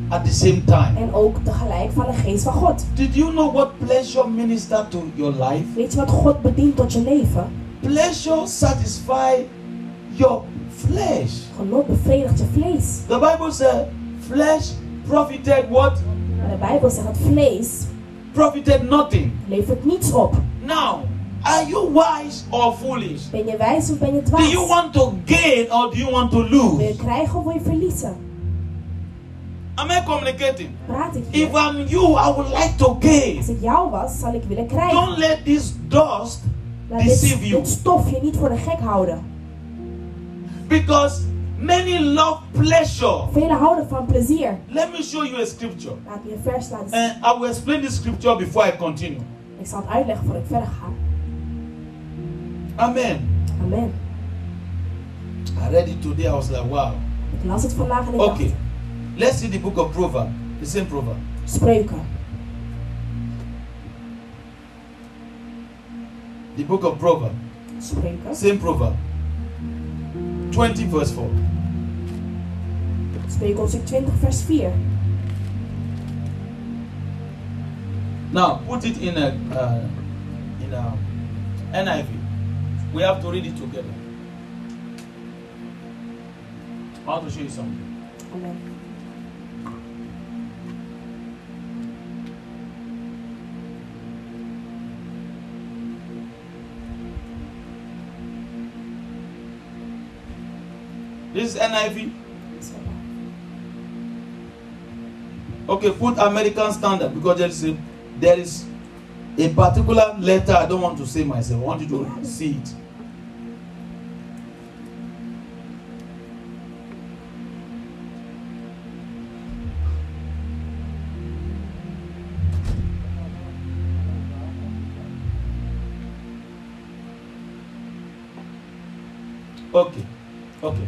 Speaker 1: at the same time.
Speaker 3: en ook tegelijk van de geest van God.
Speaker 1: Did you know what pleasure minister to your life?
Speaker 3: Weet je wat God bedient tot je leven?
Speaker 1: Pleasure satisfy your flesh.
Speaker 3: Genot bevredigt je vlees.
Speaker 1: The Bible said, flesh profited what?
Speaker 3: Maar de Bijbel zegt dat vlees
Speaker 1: Profited nothing.
Speaker 3: levert niets op.
Speaker 1: Now, are you wise or foolish?
Speaker 3: Ben je wijs of ben je
Speaker 1: Do you
Speaker 3: dwaas?
Speaker 1: want to gain or do you want to
Speaker 3: Wil je
Speaker 1: lose?
Speaker 3: krijgen of wil je verliezen?
Speaker 1: Am I communicating?
Speaker 3: Praat ik
Speaker 1: If
Speaker 3: hier?
Speaker 1: I'm you, I would like to gain.
Speaker 3: Als ik jou was, zou ik willen
Speaker 1: Don't
Speaker 3: krijgen.
Speaker 1: let this dust
Speaker 3: Laat dit,
Speaker 1: deceive you.
Speaker 3: dit stof je niet voor de gek houden.
Speaker 1: Because many love pleasure.
Speaker 3: Velen houden van plezier.
Speaker 1: Let me show you a scripture.
Speaker 3: Laat me een vers laten zien.
Speaker 1: And I will explain this scripture before I continue.
Speaker 3: Ik zal het uitleggen voor ik verder ga.
Speaker 1: Amen.
Speaker 3: Amen.
Speaker 1: I read it today. I was like, wow.
Speaker 3: Ik las het vandaag en ik
Speaker 1: Okay. Let's see the book of Proverbs. The same proverb.
Speaker 3: dacht, spreuken.
Speaker 1: The book of Proverbs.
Speaker 3: Spreuken.
Speaker 1: Same proverb. 20 verse 4.
Speaker 3: Spreuken hoofdstuk 20 vers 4.
Speaker 1: Now put it in a uh, in a NIV. We have to read it together. I want to show you something.
Speaker 3: Amen.
Speaker 1: This is NIV. Okay, put American standard because there is a, there is a particular letter I don't want to say myself. I want you to see it. Okay. Okay.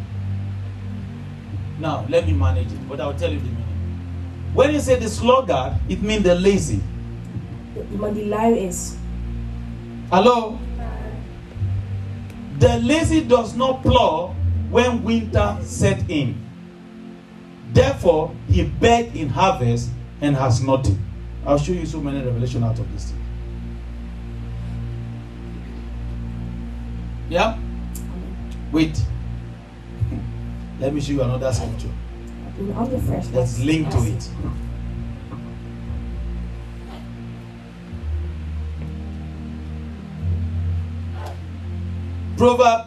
Speaker 1: Now, let me manage it, but I'll tell you the meaning. When you say the sluggard, it means the lazy.
Speaker 3: Maar die lui is.
Speaker 1: Hello? The lazy does not plow when winter set in. Therefore, he begged in harvest and has nothing. I'll show you so many revelation out of this thing. Yeah? Wait. Let me show you another scripture
Speaker 3: Een ander vers.
Speaker 1: that's linked to it. Proverb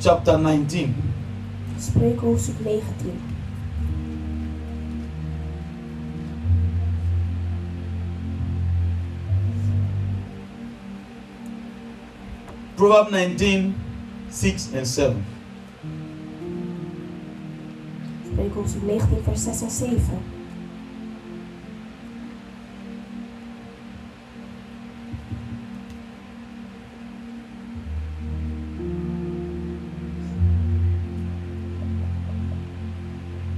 Speaker 1: chapter 19,
Speaker 3: Spreek hoofdstuk 19.
Speaker 1: Proverb 19, 6 and 7.
Speaker 3: Spreek hoofdstuk 19, vers 6 en 7.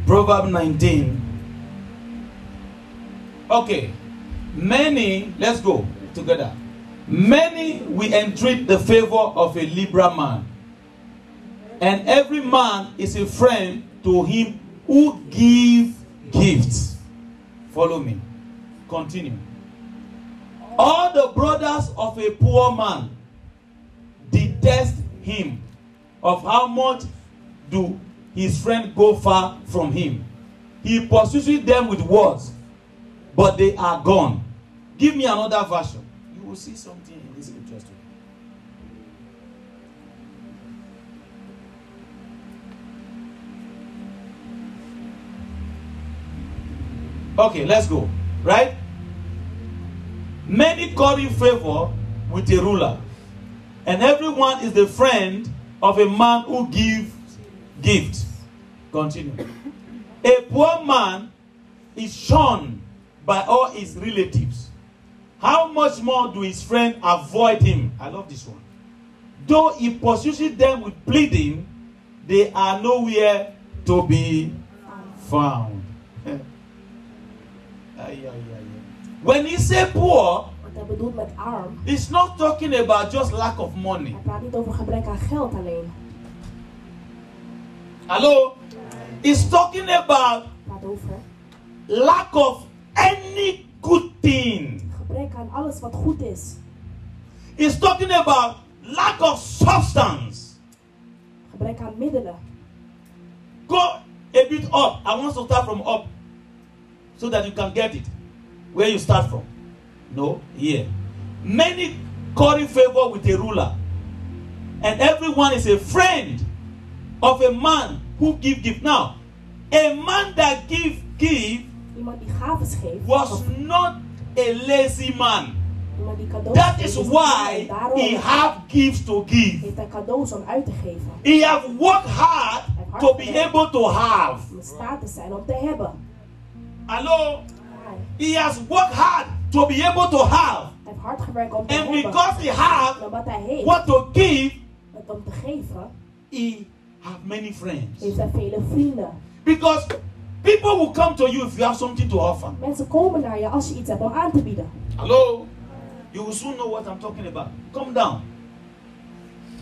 Speaker 1: Proverb 19. Okay. Many, let's go together. Many we entreat the favor of a liberal man, and every man is a friend to him who give gifts. Follow me. Continue. All the brothers of a poor man detest him. Of how much do his friend go far from him? He pursues them with words, but they are gone. Give me another version. You will see something in this interesting. Okay, let's go. Right? Many curry favor with a ruler, and everyone is the friend of a man who gives gifts. Continue. A poor man is shunned by all his relatives. How much more do his friends avoid him? I love this one. Though he pursues them with pleading, they are nowhere to be found. Ay, ay, ay, ay. When he say poor,
Speaker 3: Wat hij bedoelt met arm.
Speaker 1: It's not talking about just lack of money.
Speaker 3: Hij praat niet over gebrek aan geld alleen.
Speaker 1: Hello? It's talking about
Speaker 3: Hij praat over
Speaker 1: lack of any good thing.
Speaker 3: gebrek aan alles wat goed is.
Speaker 1: It's talking about lack of substance.
Speaker 3: Gebrek aan middelen.
Speaker 1: Go a bit up. I want to start from up so that you can get it. Where you start from. No, here. Many curry favor with a ruler, and everyone is a friend of a man who give gift. Now, a man that give give
Speaker 3: Iemand die gaves geeft.
Speaker 1: was
Speaker 3: of
Speaker 1: not a lazy man.
Speaker 3: iemand die cadeaus
Speaker 1: That
Speaker 3: geeft,
Speaker 1: is
Speaker 3: is
Speaker 1: why
Speaker 3: iemand daarom
Speaker 1: he have gifts to give.
Speaker 3: heeft hij cadeaus om uit te geven.
Speaker 1: He have worked hard to be able to have.
Speaker 3: Om in staat te zijn om te hebben.
Speaker 1: Hello?
Speaker 3: Hij
Speaker 1: He has worked hard to be able to have.
Speaker 3: heeft hard gewerkt om te
Speaker 1: And
Speaker 3: hebben.
Speaker 1: because he
Speaker 3: En
Speaker 1: have
Speaker 3: wat hij heeft,
Speaker 1: what to give,
Speaker 3: het om te geven,
Speaker 1: he have many
Speaker 3: heeft
Speaker 1: friends.
Speaker 3: hij vele vrienden.
Speaker 1: Because people will come to you if you have something to offer.
Speaker 3: Mensen komen naar je als je iets hebt om aan te bieden.
Speaker 1: Hello? You will soon know what I'm talking about. Come down.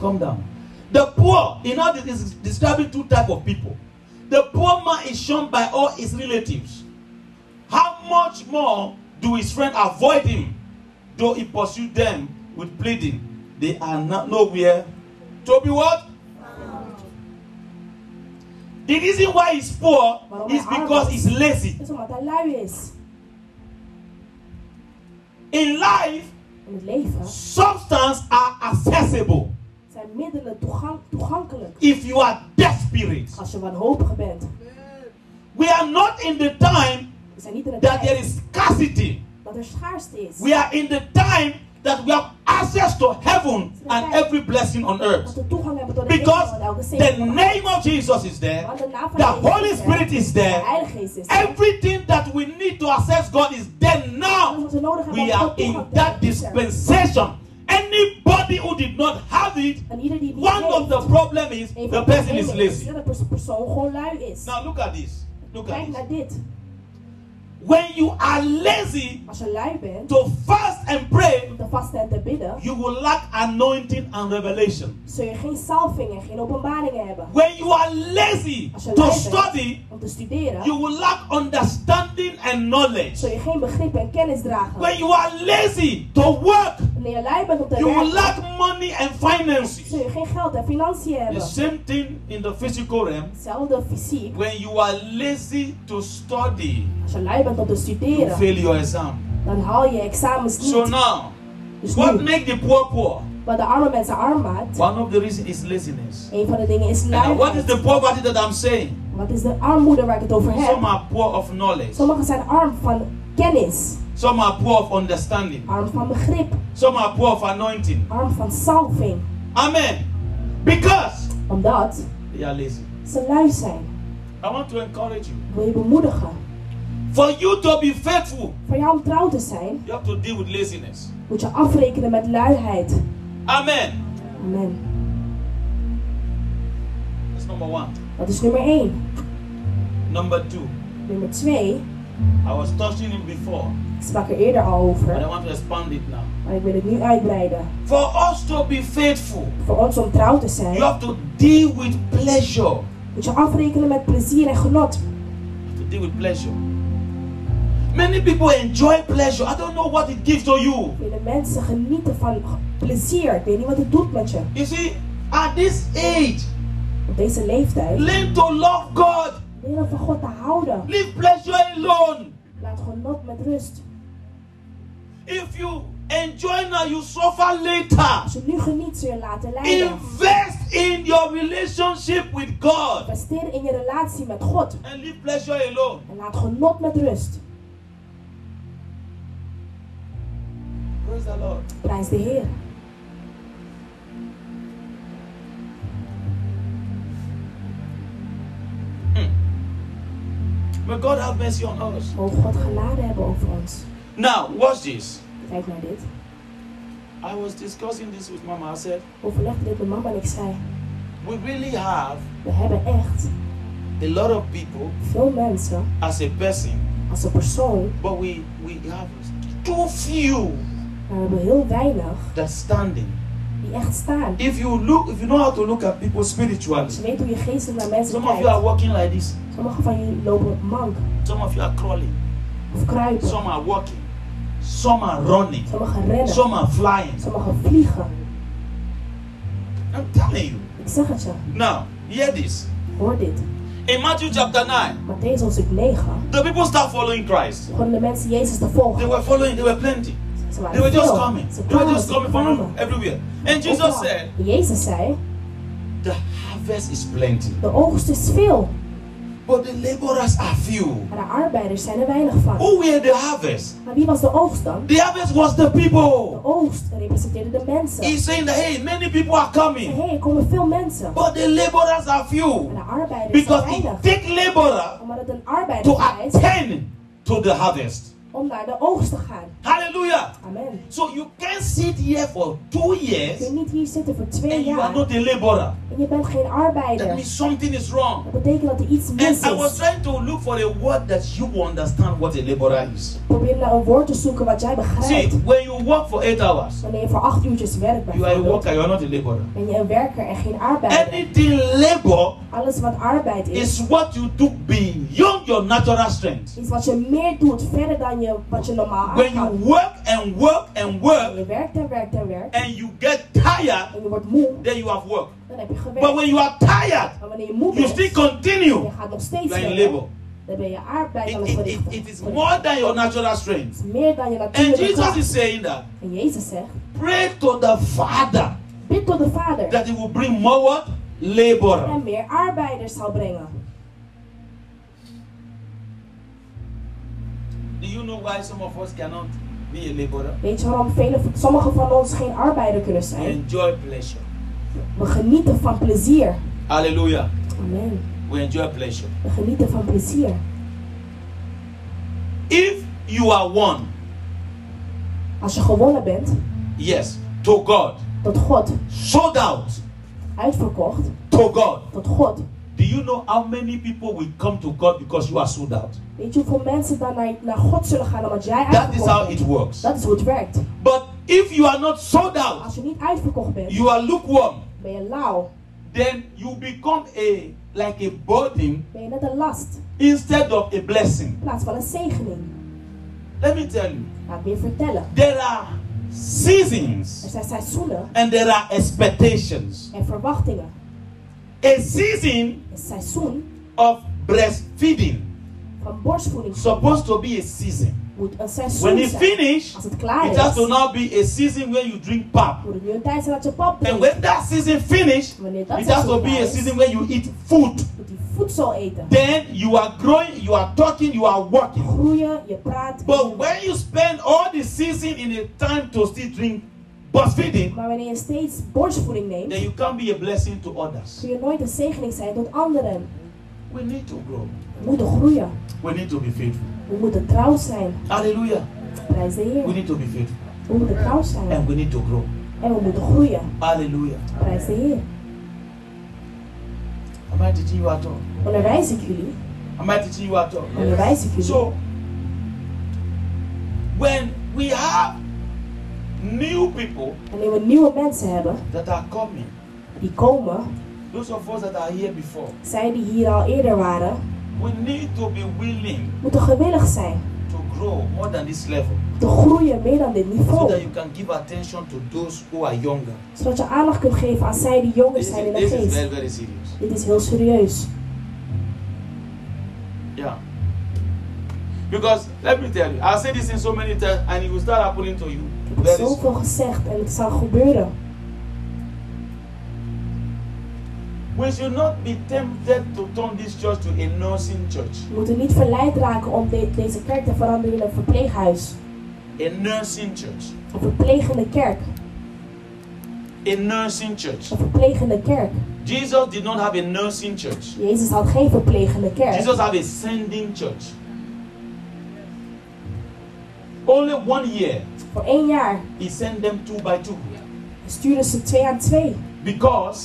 Speaker 1: Come down. The poor, you know, this is describing two type of people. The poor man is shunned by all his relatives. How much more do his friend avoid him, though he pursue them with pleading? They are not nowhere. To be what? The reason why he's poor is because he's lazy.
Speaker 3: Het is omdat hij lui is.
Speaker 1: In life,
Speaker 3: In het leven
Speaker 1: substance are accessible.
Speaker 3: zijn middelen toegan- toegankelijk.
Speaker 1: if you are desperate.
Speaker 3: Als je wanhopig bent.
Speaker 1: We are not in the time
Speaker 3: We zijn niet in het
Speaker 1: that there
Speaker 3: tijd
Speaker 1: is scarcity.
Speaker 3: dat er schaarste is.
Speaker 1: We are in the time that we have access to heaven and every blessing on
Speaker 3: Dat
Speaker 1: earth.
Speaker 3: we toegang hebben tot de
Speaker 1: Because
Speaker 3: hemel en elke
Speaker 1: the
Speaker 3: zegen.
Speaker 1: name of Jesus is there,
Speaker 3: Want de naam van
Speaker 1: the
Speaker 3: Jezus
Speaker 1: Holy
Speaker 3: is er.
Speaker 1: Spirit is
Speaker 3: De
Speaker 1: there.
Speaker 3: Heilige Geest is er.
Speaker 1: Everything that we need to access God is there
Speaker 3: Alles
Speaker 1: now.
Speaker 3: wat we nodig hebben
Speaker 1: We
Speaker 3: om
Speaker 1: are
Speaker 3: tot toegang
Speaker 1: in
Speaker 3: te
Speaker 1: that
Speaker 3: hebben, is er.
Speaker 1: dispensation. Any Anybody who did not have it,
Speaker 3: En ieder die het niet
Speaker 1: one of
Speaker 3: heeft,
Speaker 1: the problem is
Speaker 3: heeft
Speaker 1: the
Speaker 3: het
Speaker 1: person is Nou,
Speaker 3: probleem is
Speaker 1: lazy.
Speaker 3: dat de pers- persoon gewoon lui is.
Speaker 1: Now look at this. Look
Speaker 3: Kijk
Speaker 1: at this.
Speaker 3: naar dit.
Speaker 1: When you are lazy
Speaker 3: Als je lui bent,
Speaker 1: to fast and pray,
Speaker 3: om te vasten en te bidden,
Speaker 1: you will lack anointing and revelation.
Speaker 3: zul je geen salving en geen openbaringen hebben.
Speaker 1: When you are lazy
Speaker 3: Als je
Speaker 1: to
Speaker 3: lui
Speaker 1: study,
Speaker 3: bent om te studeren,
Speaker 1: you will lack understanding and knowledge.
Speaker 3: zul je geen begrip en kennis dragen.
Speaker 1: When you are lazy to work,
Speaker 3: Wanneer je lui bent om te
Speaker 1: you will
Speaker 3: werken,
Speaker 1: lack money and finances.
Speaker 3: zul je geen geld en financiën
Speaker 1: The
Speaker 3: hebben.
Speaker 1: same thing in the physical realm.
Speaker 3: Hetzelfde fysiek.
Speaker 1: When you are lazy to study,
Speaker 3: Als je lui bent om te
Speaker 1: you
Speaker 3: studeren,
Speaker 1: fail your exam.
Speaker 3: dan haal je examens niet.
Speaker 1: So now,
Speaker 3: dus
Speaker 1: what
Speaker 3: nu,
Speaker 1: make the poor poor?
Speaker 3: wat de arme mensen arm maakt,
Speaker 1: One of the reasons is laziness.
Speaker 3: een van de dingen is
Speaker 1: And what is
Speaker 3: luiheid.
Speaker 1: the poverty that I'm saying?
Speaker 3: Wat is de armoede waar ik het over
Speaker 1: Some
Speaker 3: heb?
Speaker 1: are poor of knowledge.
Speaker 3: Sommigen zijn arm van kennis,
Speaker 1: Some are poor of understanding.
Speaker 3: arm van begrip,
Speaker 1: Some are poor of anointing.
Speaker 3: arm van salving.
Speaker 1: Amen. Because
Speaker 3: Omdat
Speaker 1: they are lazy.
Speaker 3: ze lui zijn.
Speaker 1: I want to encourage you.
Speaker 3: Wil je bemoedigen.
Speaker 1: For you to be faithful,
Speaker 3: Voor jou om trouw te zijn,
Speaker 1: you have to deal with laziness.
Speaker 3: moet je afrekenen met luiheid.
Speaker 1: Amen.
Speaker 3: Amen.
Speaker 1: That's number one.
Speaker 3: Dat is nummer 1.
Speaker 1: Number two.
Speaker 3: Nummer 2,
Speaker 1: I was touching it before,
Speaker 3: ik sprak er eerder al
Speaker 1: but I
Speaker 3: over,
Speaker 1: want to expand it now.
Speaker 3: maar ik wil het nu uitbreiden.
Speaker 1: For us to be faithful,
Speaker 3: Voor ons om trouw te zijn,
Speaker 1: you have to deal with pleasure.
Speaker 3: moet je afrekenen met plezier en genot.
Speaker 1: to deal with pleasure. Many people enjoy pleasure. I don't know what it gives to you.
Speaker 3: Willen mensen genieten van g- plezier? Ik weet niet wat het doet met je.
Speaker 1: You see, at this age,
Speaker 3: Op deze leeftijd,
Speaker 1: learn to love God.
Speaker 3: leren van God te houden.
Speaker 1: Leave pleasure alone.
Speaker 3: Laat genot met rust.
Speaker 1: If you enjoy now, you suffer later.
Speaker 3: Als je nu geniet, zul je laten leiden.
Speaker 1: Invest in your relationship with God
Speaker 3: Investeer in je relatie met God.
Speaker 1: and leave pleasure alone.
Speaker 3: En laat genot met rust.
Speaker 1: Praise the Lord.
Speaker 3: Prijs de Heer.
Speaker 1: May God have mercy on us.
Speaker 3: Mogen God geladen hebben over ons.
Speaker 1: Now, watch this.
Speaker 3: Kijk naar dit.
Speaker 1: I was discussing this with Mama. I said,
Speaker 3: Overlegde dit met mama en ik zei,
Speaker 1: we really have
Speaker 3: we hebben echt
Speaker 1: a lot of people
Speaker 3: veel mensen
Speaker 1: as a person
Speaker 3: als een persoon,
Speaker 1: But we we have too few
Speaker 3: maar we hebben heel weinig
Speaker 1: that standing.
Speaker 3: die echt staan.
Speaker 1: If you look, if you know how to look at people spiritually,
Speaker 3: Als je weet hoe je geestelijk naar mensen
Speaker 1: some of you are
Speaker 3: kijkt,
Speaker 1: walking like this,
Speaker 3: sommigen van jullie lopen mank
Speaker 1: some of you are crawling,
Speaker 3: of kruipen.
Speaker 1: some are walking, some are running,
Speaker 3: Sommigen rennen,
Speaker 1: some are flying.
Speaker 3: sommigen vliegen.
Speaker 1: I'm telling you.
Speaker 3: Ik zeg het je,
Speaker 1: Now, hear this.
Speaker 3: hoor dit.
Speaker 1: In Matthew chapter 9,
Speaker 3: Matthäus hoofdstuk 9
Speaker 1: the people start following Christ.
Speaker 3: begonnen de mensen Jezus te
Speaker 1: They
Speaker 3: volgen.
Speaker 1: were following, they were plenty.
Speaker 3: Ze waren
Speaker 1: They were just
Speaker 3: veel.
Speaker 1: coming.
Speaker 3: Ze
Speaker 1: They were
Speaker 3: kwamen,
Speaker 1: just
Speaker 3: ze
Speaker 1: coming from
Speaker 3: kwamen.
Speaker 1: everywhere. And Jesus
Speaker 3: Overal.
Speaker 1: said,
Speaker 3: Jezus zei,
Speaker 1: The harvest is plenty,
Speaker 3: de oogst is veel,
Speaker 1: but the laborers are few.
Speaker 3: maar de arbeiders zijn er weinig van.
Speaker 1: Who were the harvest?
Speaker 3: Maar wie was de oogst dan?
Speaker 1: The harvest was the
Speaker 3: De
Speaker 1: people.
Speaker 3: oogst representeerde de mensen.
Speaker 1: He's saying that hey, many people are
Speaker 3: Hé,
Speaker 1: coming,
Speaker 3: hey, er komen veel mensen, maar
Speaker 1: but the laborers are
Speaker 3: de
Speaker 1: few
Speaker 3: arbeiders zijn
Speaker 1: because it
Speaker 3: weinig.
Speaker 1: takes laborer
Speaker 3: Omdat het een
Speaker 1: to
Speaker 3: arbeider is
Speaker 1: attend to the harvest.
Speaker 3: om naar de oogst te gaan.
Speaker 1: Hallelujah.
Speaker 3: Amen.
Speaker 1: So you can sit here for two
Speaker 3: Je kunt
Speaker 1: years
Speaker 3: niet hier zitten voor twee
Speaker 1: and you are
Speaker 3: jaar
Speaker 1: not a laborer.
Speaker 3: en je bent geen
Speaker 1: That
Speaker 3: arbeider.
Speaker 1: means something is wrong.
Speaker 3: Dat betekent dat er iets mis
Speaker 1: And I was
Speaker 3: is.
Speaker 1: trying to look for a word that you will understand what a laborer is.
Speaker 3: Probeer naar een woord te zoeken wat jij
Speaker 1: See,
Speaker 3: begrijpt.
Speaker 1: when you work for eight hours,
Speaker 3: Wanneer je voor acht uurtjes werkt
Speaker 1: you are a
Speaker 3: bijvoorbeeld,
Speaker 1: worker, you are not a laborer.
Speaker 3: ben je een werker en geen arbeider.
Speaker 1: Anything labor
Speaker 3: Alles wat arbeid is,
Speaker 1: is what you do beyond your natural strength.
Speaker 3: is wat je meer doet verder dan je, wat je normaal
Speaker 1: When you
Speaker 3: aanhoudt.
Speaker 1: work and work and work
Speaker 3: Je werkt en werkt en werkt
Speaker 1: and you get tired,
Speaker 3: en je wordt moe,
Speaker 1: then you have work.
Speaker 3: dan heb je
Speaker 1: But
Speaker 3: gewerkt.
Speaker 1: when you are tired,
Speaker 3: Maar wanneer je moe
Speaker 1: you
Speaker 3: bent,
Speaker 1: still
Speaker 3: je
Speaker 1: continue.
Speaker 3: gaat nog steeds
Speaker 1: You are in
Speaker 3: werken,
Speaker 1: labor.
Speaker 3: dan ben je arbeid
Speaker 1: It,
Speaker 3: aan het
Speaker 1: it, it, it is
Speaker 3: verrichten.
Speaker 1: more than your natural
Speaker 3: Het
Speaker 1: strength.
Speaker 3: is meer dan je
Speaker 1: And
Speaker 3: natuurlijke
Speaker 1: Jesus
Speaker 3: kracht.
Speaker 1: is saying that
Speaker 3: En Jezus zegt,
Speaker 1: pray to the Father
Speaker 3: bid tot de Vader
Speaker 1: that He will bring more what?
Speaker 3: dat
Speaker 1: Labor.
Speaker 3: hij meer arbeiders zal brengen.
Speaker 1: Do you know why some of us cannot be a laborer?
Speaker 3: Weet je waarom vele, sommigen van ons geen arbeider kunnen
Speaker 1: We
Speaker 3: zijn?
Speaker 1: enjoy pleasure.
Speaker 3: We genieten van plezier.
Speaker 1: Hallelujah.
Speaker 3: Amen.
Speaker 1: We enjoy pleasure.
Speaker 3: We genieten van plezier.
Speaker 1: If you are one,
Speaker 3: Als je gewonnen bent,
Speaker 1: yes, to God.
Speaker 3: tot God.
Speaker 1: Sold out
Speaker 3: Uitverkocht
Speaker 1: to God.
Speaker 3: tot God.
Speaker 1: Do you know how many people will come to God because you are sold out?
Speaker 3: Weet je hoeveel mensen dan naar, naar God zullen gaan omdat jij
Speaker 1: That is how
Speaker 3: uitverkocht
Speaker 1: it
Speaker 3: bent?
Speaker 1: works.
Speaker 3: Dat is hoe het werkt.
Speaker 1: But if you are not sold out,
Speaker 3: Als je niet uitverkocht bent,
Speaker 1: you are lukewarm,
Speaker 3: ben je lauw.
Speaker 1: then you become a like a burden
Speaker 3: Ben je net een last
Speaker 1: instead of a blessing.
Speaker 3: in plaats van een zegening.
Speaker 1: Let me tell you,
Speaker 3: Laat me je vertellen.
Speaker 1: there are
Speaker 3: Er
Speaker 1: seasons
Speaker 3: zijn seizoenen
Speaker 1: and there are expectations.
Speaker 3: en verwachtingen.
Speaker 1: A season
Speaker 3: Een seizoen
Speaker 1: of breastfeeding
Speaker 3: van borstvoeding
Speaker 1: supposed to be a season.
Speaker 3: moet een
Speaker 1: When
Speaker 3: seizoen
Speaker 1: it
Speaker 3: zijn.
Speaker 1: finish,
Speaker 3: Als
Speaker 1: it
Speaker 3: het klaar
Speaker 1: has
Speaker 3: is,
Speaker 1: to now be a season where you drink pap.
Speaker 3: moet het nu een tijd zijn dat je pap
Speaker 1: And
Speaker 3: drinkt.
Speaker 1: when that season finish,
Speaker 3: Wanneer dat
Speaker 1: it has to
Speaker 3: seizoen
Speaker 1: be
Speaker 3: klaar
Speaker 1: a
Speaker 3: is,
Speaker 1: season where you eat food.
Speaker 3: moet je voedsel eten.
Speaker 1: Then you are growing, you are talking, you are working.
Speaker 3: Groeien, je praat.
Speaker 1: But when you spend all the season in a time to still drink breast feeding,
Speaker 3: Maar wanneer je steeds borstvoeding neemt,
Speaker 1: then you can't be a blessing to others.
Speaker 3: kun je nooit een zegening zijn tot anderen.
Speaker 1: We need to grow.
Speaker 3: We moeten groeien.
Speaker 1: We need to be faithful.
Speaker 3: We moeten trouw zijn.
Speaker 1: Hallelujah.
Speaker 3: Prijs de
Speaker 1: We
Speaker 3: Heer.
Speaker 1: need to be faithful.
Speaker 3: We moeten trouw zijn.
Speaker 1: And we need to grow.
Speaker 3: En we moeten groeien.
Speaker 1: Hallelujah.
Speaker 3: Prijs de Heer.
Speaker 1: Am I teaching you at all?
Speaker 3: Onderwijs ik jullie.
Speaker 1: Am I teaching you at all?
Speaker 3: Onderwijs ik jullie.
Speaker 1: So, when we have new people
Speaker 3: Wanneer we nieuwe mensen hebben
Speaker 1: that are coming,
Speaker 3: die komen,
Speaker 1: those of us that are here before,
Speaker 3: zij die hier al eerder waren,
Speaker 1: we need to be willing
Speaker 3: moeten gewillig zijn.
Speaker 1: to grow more than this level
Speaker 3: Te groeien meer dan dit
Speaker 1: so that
Speaker 3: niveau.
Speaker 1: you can give attention to those who are younger.
Speaker 3: Zodat je aandacht kunt geven aan zij die jonger
Speaker 1: This is,
Speaker 3: zijn in de
Speaker 1: this is very,
Speaker 3: geest.
Speaker 1: very serious.
Speaker 3: Dit is heel serieus.
Speaker 1: Yeah. Because let me tell you, I'll say this in so many times and it will start happening to you.
Speaker 3: Ik heb
Speaker 1: Very soon.
Speaker 3: zoveel gezegd en het zal gebeuren.
Speaker 1: We should not be tempted to turn this church to a nursing church.
Speaker 3: We moeten niet verleid raken om de- deze kerk te veranderen in een verpleeghuis.
Speaker 1: A nursing church.
Speaker 3: Een verplegende kerk.
Speaker 1: A nursing church.
Speaker 3: Een verplegende kerk.
Speaker 1: Jesus did not have a nursing church.
Speaker 3: Jezus had geen verplegende kerk.
Speaker 1: Jesus had a sending church. Only one year,
Speaker 3: Voor één jaar
Speaker 1: he sent them two by two
Speaker 3: stuurden ze twee aan twee.
Speaker 1: because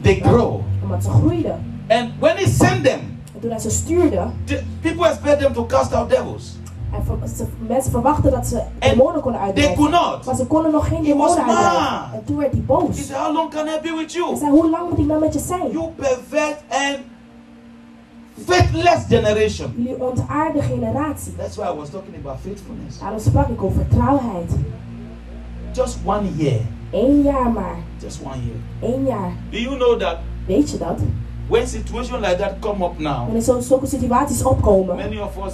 Speaker 1: they grow.
Speaker 3: Omdat ze groeiden.
Speaker 1: And when he sent them,
Speaker 3: En toen hij ze stuurde,
Speaker 1: the- people expect them to cast out devils.
Speaker 3: en ver- ze- mensen verwachten dat ze demonen konden
Speaker 1: They could
Speaker 3: uitdrijven.
Speaker 1: not.
Speaker 3: Maar ze konden nog geen
Speaker 1: He was
Speaker 3: demonen
Speaker 1: mad.
Speaker 3: uitdrijven. En toen werd hij
Speaker 1: He
Speaker 3: boos.
Speaker 1: said, How long can I be with
Speaker 3: Hij
Speaker 1: you?
Speaker 3: zei, hoe lang moet ik nou met je zijn?
Speaker 1: You pervert and faithless generation.
Speaker 3: Jullie ontaarde generatie.
Speaker 1: That's why I was talking about faithfulness.
Speaker 3: Daarom sprak ik over trouwheid.
Speaker 1: Just one year.
Speaker 3: Eén jaar maar.
Speaker 1: Just one year.
Speaker 3: Eén jaar.
Speaker 1: Do you know that
Speaker 3: Weet je dat?
Speaker 1: when situations like that come up now,
Speaker 3: Wanneer zo- zulke situaties opkomen,
Speaker 1: many of us,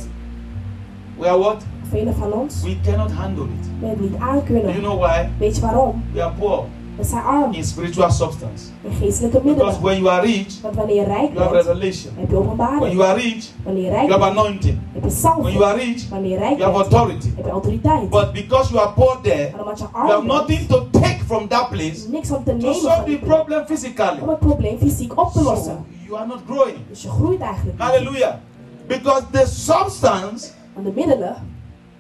Speaker 1: we are what?
Speaker 3: velen van ons,
Speaker 1: We cannot handle it.
Speaker 3: we het niet
Speaker 1: Do you
Speaker 3: aankunnen.
Speaker 1: know why?
Speaker 3: Weet je waarom?
Speaker 1: We are poor
Speaker 3: We zijn arm
Speaker 1: in spiritual substance.
Speaker 3: in geestelijke
Speaker 1: Because
Speaker 3: middelen.
Speaker 1: when you are rich,
Speaker 3: Want wanneer je rijk
Speaker 1: you have
Speaker 3: bent,
Speaker 1: revelation.
Speaker 3: heb je
Speaker 1: When you
Speaker 3: openbaring.
Speaker 1: are rich,
Speaker 3: Wanneer je
Speaker 1: you
Speaker 3: rijk
Speaker 1: have
Speaker 3: bent,
Speaker 1: anointing.
Speaker 3: heb je
Speaker 1: When you are
Speaker 3: salving.
Speaker 1: rich,
Speaker 3: Wanneer je rijk
Speaker 1: you have
Speaker 3: bent,
Speaker 1: authority.
Speaker 3: heb je autoriteit.
Speaker 1: But because you are poor there,
Speaker 3: Maar omdat je
Speaker 1: You have
Speaker 3: arm bent,
Speaker 1: nothing to take from that place
Speaker 3: niks om te
Speaker 1: to
Speaker 3: nemen van
Speaker 1: solve the
Speaker 3: die plek.
Speaker 1: problem
Speaker 3: Om
Speaker 1: physically.
Speaker 3: het probleem fysiek op te
Speaker 1: So
Speaker 3: lossen.
Speaker 1: you are not growing.
Speaker 3: Dus je groeit eigenlijk niet.
Speaker 1: Hallelujah. Because the substance
Speaker 3: Want de middelen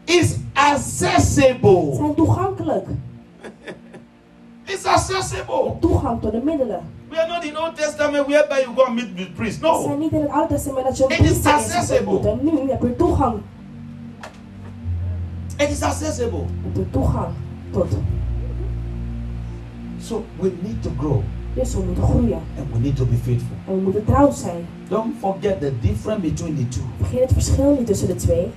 Speaker 1: is accessible.
Speaker 3: zijn toegankelijk.
Speaker 1: It's accessible.
Speaker 3: Toegang tot de middelen.
Speaker 1: We are not in Old Testament whereby you go and meet with priests.
Speaker 3: We zijn
Speaker 1: No.
Speaker 3: niet in het Oude Testament dat je
Speaker 1: It
Speaker 3: een
Speaker 1: is
Speaker 3: priester is.
Speaker 1: accessible.
Speaker 3: ontmoet. En nu heb je toegang.
Speaker 1: It is accessible.
Speaker 3: Heb je toegang tot.
Speaker 1: So we need to grow
Speaker 3: Dus we moeten groeien.
Speaker 1: and we need to be faithful.
Speaker 3: En we moeten trouw zijn.
Speaker 1: Don't forget the difference between the two.
Speaker 3: Vergeet het verschil niet tussen de twee.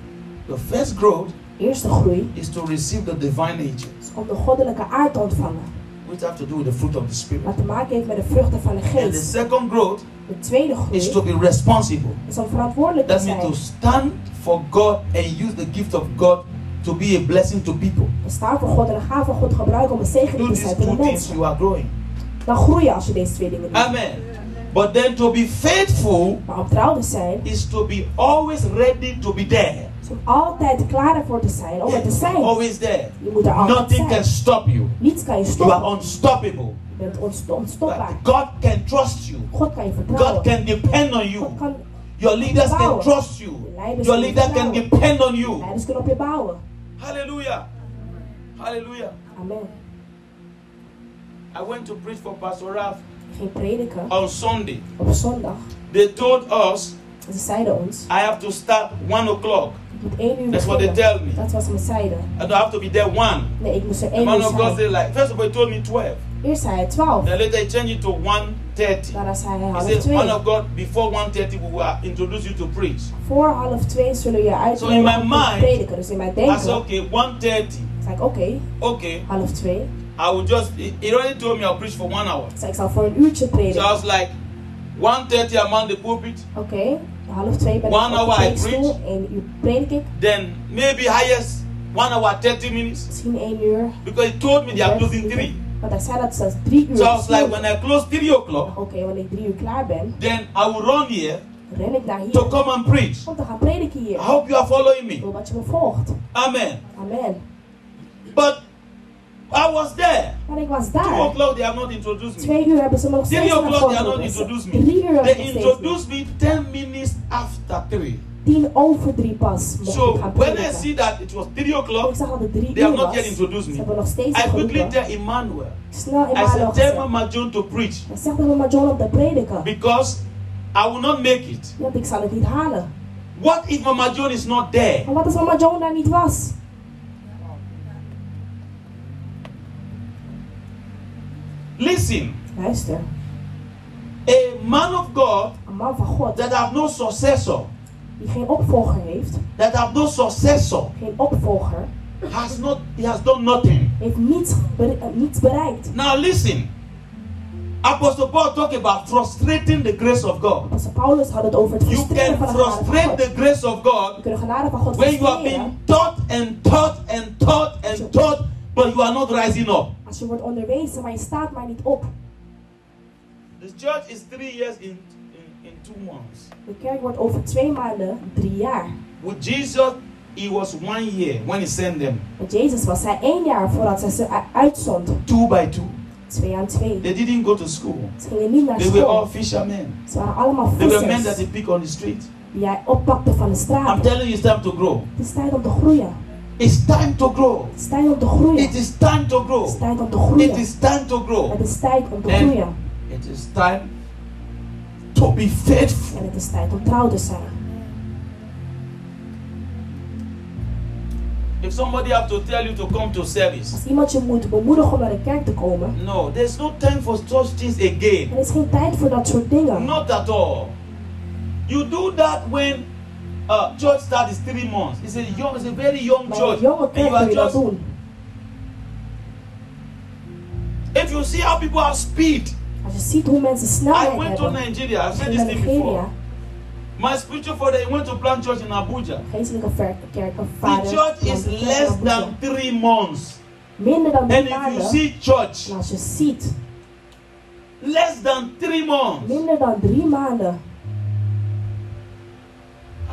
Speaker 1: The first growth
Speaker 3: Eerste groei
Speaker 1: is to receive the divine nature,
Speaker 3: is om de goddelijke aard te ontvangen.
Speaker 1: which have to do with the fruit of the spirit.
Speaker 3: Wat te maken heeft met de vruchten van de
Speaker 1: And the
Speaker 3: geest.
Speaker 1: second growth
Speaker 3: De tweede
Speaker 1: is
Speaker 3: groei
Speaker 1: to be responsible.
Speaker 3: is om verantwoordelijk te
Speaker 1: That means
Speaker 3: zijn.
Speaker 1: to stand for God and use the gift of God to be a blessing to people.
Speaker 3: We staan voor God en de gaven van God gebruiken om een
Speaker 1: Do
Speaker 3: zegening te
Speaker 1: these
Speaker 3: zijn voor
Speaker 1: two
Speaker 3: de
Speaker 1: things,
Speaker 3: mensen.
Speaker 1: you are growing.
Speaker 3: Dan groei je als je deze twee dingen
Speaker 1: Ah.
Speaker 3: doet.
Speaker 1: Amen. But then to be faithful
Speaker 3: Maar om trouw te zijn,
Speaker 1: is to be always ready to be there.
Speaker 3: is om altijd klaar ervoor te zijn om er te zijn.
Speaker 1: Always there.
Speaker 3: Je moet er altijd
Speaker 1: Oh, Nothing can
Speaker 3: zijn.
Speaker 1: stop you.
Speaker 3: Niets kan je
Speaker 1: You are
Speaker 3: stoppen.
Speaker 1: unstoppable.
Speaker 3: Je bent onst- onstopbaar.
Speaker 1: Like, God can trust you.
Speaker 3: God kan je
Speaker 1: God
Speaker 3: vertrouwen.
Speaker 1: can depend on
Speaker 3: God
Speaker 1: you.
Speaker 3: kan
Speaker 1: Your leaders can trust you. Your leader can depend on you.
Speaker 3: leiders kunnen op je bouwen.
Speaker 1: Hallelujah. Hallelujah.
Speaker 3: Amen.
Speaker 1: I went to preach for Pastor Ralph
Speaker 3: ging prediken
Speaker 1: on Sunday.
Speaker 3: op zondag.
Speaker 1: They told us
Speaker 3: Ze zeiden ons,
Speaker 1: I have to start one o'clock.
Speaker 3: ik moet één uur
Speaker 1: That's what they
Speaker 3: beginnen.
Speaker 1: tell me.
Speaker 3: Dat was ze me zeiden.
Speaker 1: I don't have to be there one.
Speaker 3: Nee, ik moest er
Speaker 1: The
Speaker 3: één
Speaker 1: man
Speaker 3: uur
Speaker 1: of God
Speaker 3: zijn.
Speaker 1: said like first of all he told me twelve.
Speaker 3: Eerst zei hij twaalf.
Speaker 1: Then later he changed it to one thirty.
Speaker 3: Daarna zei hij
Speaker 1: He
Speaker 3: half
Speaker 1: said, man
Speaker 3: twee.
Speaker 1: of God, before one thirty we will introduce you to preach.
Speaker 3: Voor half twee zullen
Speaker 1: So
Speaker 3: je
Speaker 1: in my
Speaker 3: uitnodigen om te
Speaker 1: mind,
Speaker 3: prediken. Dus in mijn
Speaker 1: I
Speaker 3: denken
Speaker 1: said, okay, one thirty.
Speaker 3: zei ik, oké,
Speaker 1: Okay.
Speaker 3: half twee.
Speaker 1: I will just he he already told me I'll preach for one hour.
Speaker 3: Zei ik zal voor een
Speaker 1: So
Speaker 3: uurtje
Speaker 1: I
Speaker 3: prediken.
Speaker 1: was like, 1.30 I'm on the pulpit,
Speaker 3: Oké, half twee ben
Speaker 1: One
Speaker 3: ik op
Speaker 1: hour
Speaker 3: de
Speaker 1: I
Speaker 3: preekstoel.
Speaker 1: preach.
Speaker 3: Eén uur predik ik.
Speaker 1: then maybe highest 1 hour 30 minutes.
Speaker 3: Misschien één uur.
Speaker 1: Because he told me they are closing 3.
Speaker 3: Want hij zei dat ze drie uur
Speaker 1: So I was like, when
Speaker 3: sluiten.
Speaker 1: I close 3
Speaker 3: Oké,
Speaker 1: o'clock,
Speaker 3: wanneer ik drie uur klaar ben,
Speaker 1: then I will run here
Speaker 3: ren ik naar
Speaker 1: to
Speaker 3: hier.
Speaker 1: come and preach.
Speaker 3: Om te gaan prediken
Speaker 1: I
Speaker 3: hier.
Speaker 1: hope you are following
Speaker 3: Ik
Speaker 1: me.
Speaker 3: wil dat je me volgt.
Speaker 1: Amen.
Speaker 3: Amen.
Speaker 1: But I was there.
Speaker 3: Maar ik was
Speaker 1: 2
Speaker 3: daar.
Speaker 1: o'clock they have not introduced me.
Speaker 3: Twee uur hebben ze me nog
Speaker 1: Three
Speaker 3: steeds naar
Speaker 1: o'clock they have
Speaker 3: voren
Speaker 1: not
Speaker 3: gewezen.
Speaker 1: introduced
Speaker 3: Drie
Speaker 1: me.
Speaker 3: uur hebben ze
Speaker 1: They
Speaker 3: nog steeds niet.
Speaker 1: introduced me 10 minutes after 3.
Speaker 3: Tien over drie pas mocht
Speaker 1: So
Speaker 3: ik gaan
Speaker 1: when I
Speaker 3: prediken.
Speaker 1: see that it was 3
Speaker 3: ik
Speaker 1: o'clock,
Speaker 3: zag dat het drie
Speaker 1: they have
Speaker 3: uur
Speaker 1: not
Speaker 3: was.
Speaker 1: yet introduced me.
Speaker 3: Ze hebben nog steeds
Speaker 1: I
Speaker 3: niet
Speaker 1: quickly
Speaker 3: geroepen.
Speaker 1: tell Emmanuel.
Speaker 3: Snel in
Speaker 1: I
Speaker 3: mijn
Speaker 1: said,
Speaker 3: oog
Speaker 1: tell Mama John to preach
Speaker 3: Hij zegt dat we maar John op te prediken.
Speaker 1: because I will not make it.
Speaker 3: Want ik zal het niet halen.
Speaker 1: What if Mama John is not there?
Speaker 3: Maar wat als mama John daar niet was?
Speaker 1: Listen,
Speaker 3: Luister,
Speaker 1: a man of God
Speaker 3: een man van God
Speaker 1: that have no successor,
Speaker 3: die geen opvolger heeft,
Speaker 1: that have no successor,
Speaker 3: geen opvolger,
Speaker 1: has not he has done nothing.
Speaker 3: heeft niets, bere- eh, niets bereikt.
Speaker 1: Now listen, Apostle Paul talk about frustrating the grace of God.
Speaker 3: Apostel Paulus had het over het
Speaker 1: You
Speaker 3: frustreren
Speaker 1: can
Speaker 3: van de genade van
Speaker 1: frustrate
Speaker 3: God.
Speaker 1: the grace of
Speaker 3: We
Speaker 1: God
Speaker 3: kunnen genade van God
Speaker 1: when you are
Speaker 3: frustreren
Speaker 1: being taught and taught and taught and taught, but you are not rising up.
Speaker 3: als je wordt onderwezen, maar je staat maar niet op.
Speaker 1: The church is three years in, in, in two months.
Speaker 3: De kerk wordt over twee maanden drie jaar.
Speaker 1: With Jesus, it was one year when he sent them,
Speaker 3: Met Jezus was hij één jaar voordat hij ze u- uitzond.
Speaker 1: two by two.
Speaker 3: Twee aan twee.
Speaker 1: They didn't go to school.
Speaker 3: Ze gingen niet naar
Speaker 1: They were all
Speaker 3: school.
Speaker 1: fishermen.
Speaker 3: Ze waren allemaal
Speaker 1: They were men that
Speaker 3: vissers
Speaker 1: they pick on the street.
Speaker 3: die jij oppakte van de
Speaker 1: I'm
Speaker 3: straat.
Speaker 1: telling you, it's time to grow.
Speaker 3: Het is tijd om te groeien.
Speaker 1: It's time to grow.
Speaker 3: Het is tijd om te groeien.
Speaker 1: It
Speaker 3: Het
Speaker 1: is time to
Speaker 3: is
Speaker 1: grow.
Speaker 3: tijd om te
Speaker 1: It
Speaker 3: groeien.
Speaker 1: is time to
Speaker 3: Het
Speaker 1: grow.
Speaker 3: is tijd om te
Speaker 1: En-
Speaker 3: groeien.
Speaker 1: It is time to be
Speaker 3: En
Speaker 1: faithful.
Speaker 3: het is tijd om trouw te zijn.
Speaker 1: If somebody have to tell you to come to service,
Speaker 3: Als iemand je moet bemoedigen om naar de kerk te komen,
Speaker 1: no, there's no time for such things again.
Speaker 3: er is geen tijd voor dat soort dingen.
Speaker 1: Not at all. You do that when uh, church start is three months. It's a young, it's a very young
Speaker 3: Bij
Speaker 1: church.
Speaker 3: een jonge
Speaker 1: And you
Speaker 3: kerk kun
Speaker 1: are
Speaker 3: je dat
Speaker 1: just,
Speaker 3: doen.
Speaker 1: if you see how people have speed,
Speaker 3: Als je ziet hoe mensen
Speaker 1: I
Speaker 3: snelheid
Speaker 1: went to
Speaker 3: hebben.
Speaker 1: Nigeria. I've said
Speaker 3: Ging naar
Speaker 1: this thing
Speaker 3: Nigeria,
Speaker 1: before. My spiritual father he went to plant church in Abuja.
Speaker 3: geestelijke ver- kerk of
Speaker 1: The
Speaker 3: vader.
Speaker 1: church
Speaker 3: van
Speaker 1: is
Speaker 3: de kerk
Speaker 1: less
Speaker 3: naar Boeddha.
Speaker 1: than three months.
Speaker 3: Minder dan
Speaker 1: And
Speaker 3: drie
Speaker 1: if you
Speaker 3: maanden.
Speaker 1: see church,
Speaker 3: En als je ziet,
Speaker 1: less than three months.
Speaker 3: minder dan drie maanden,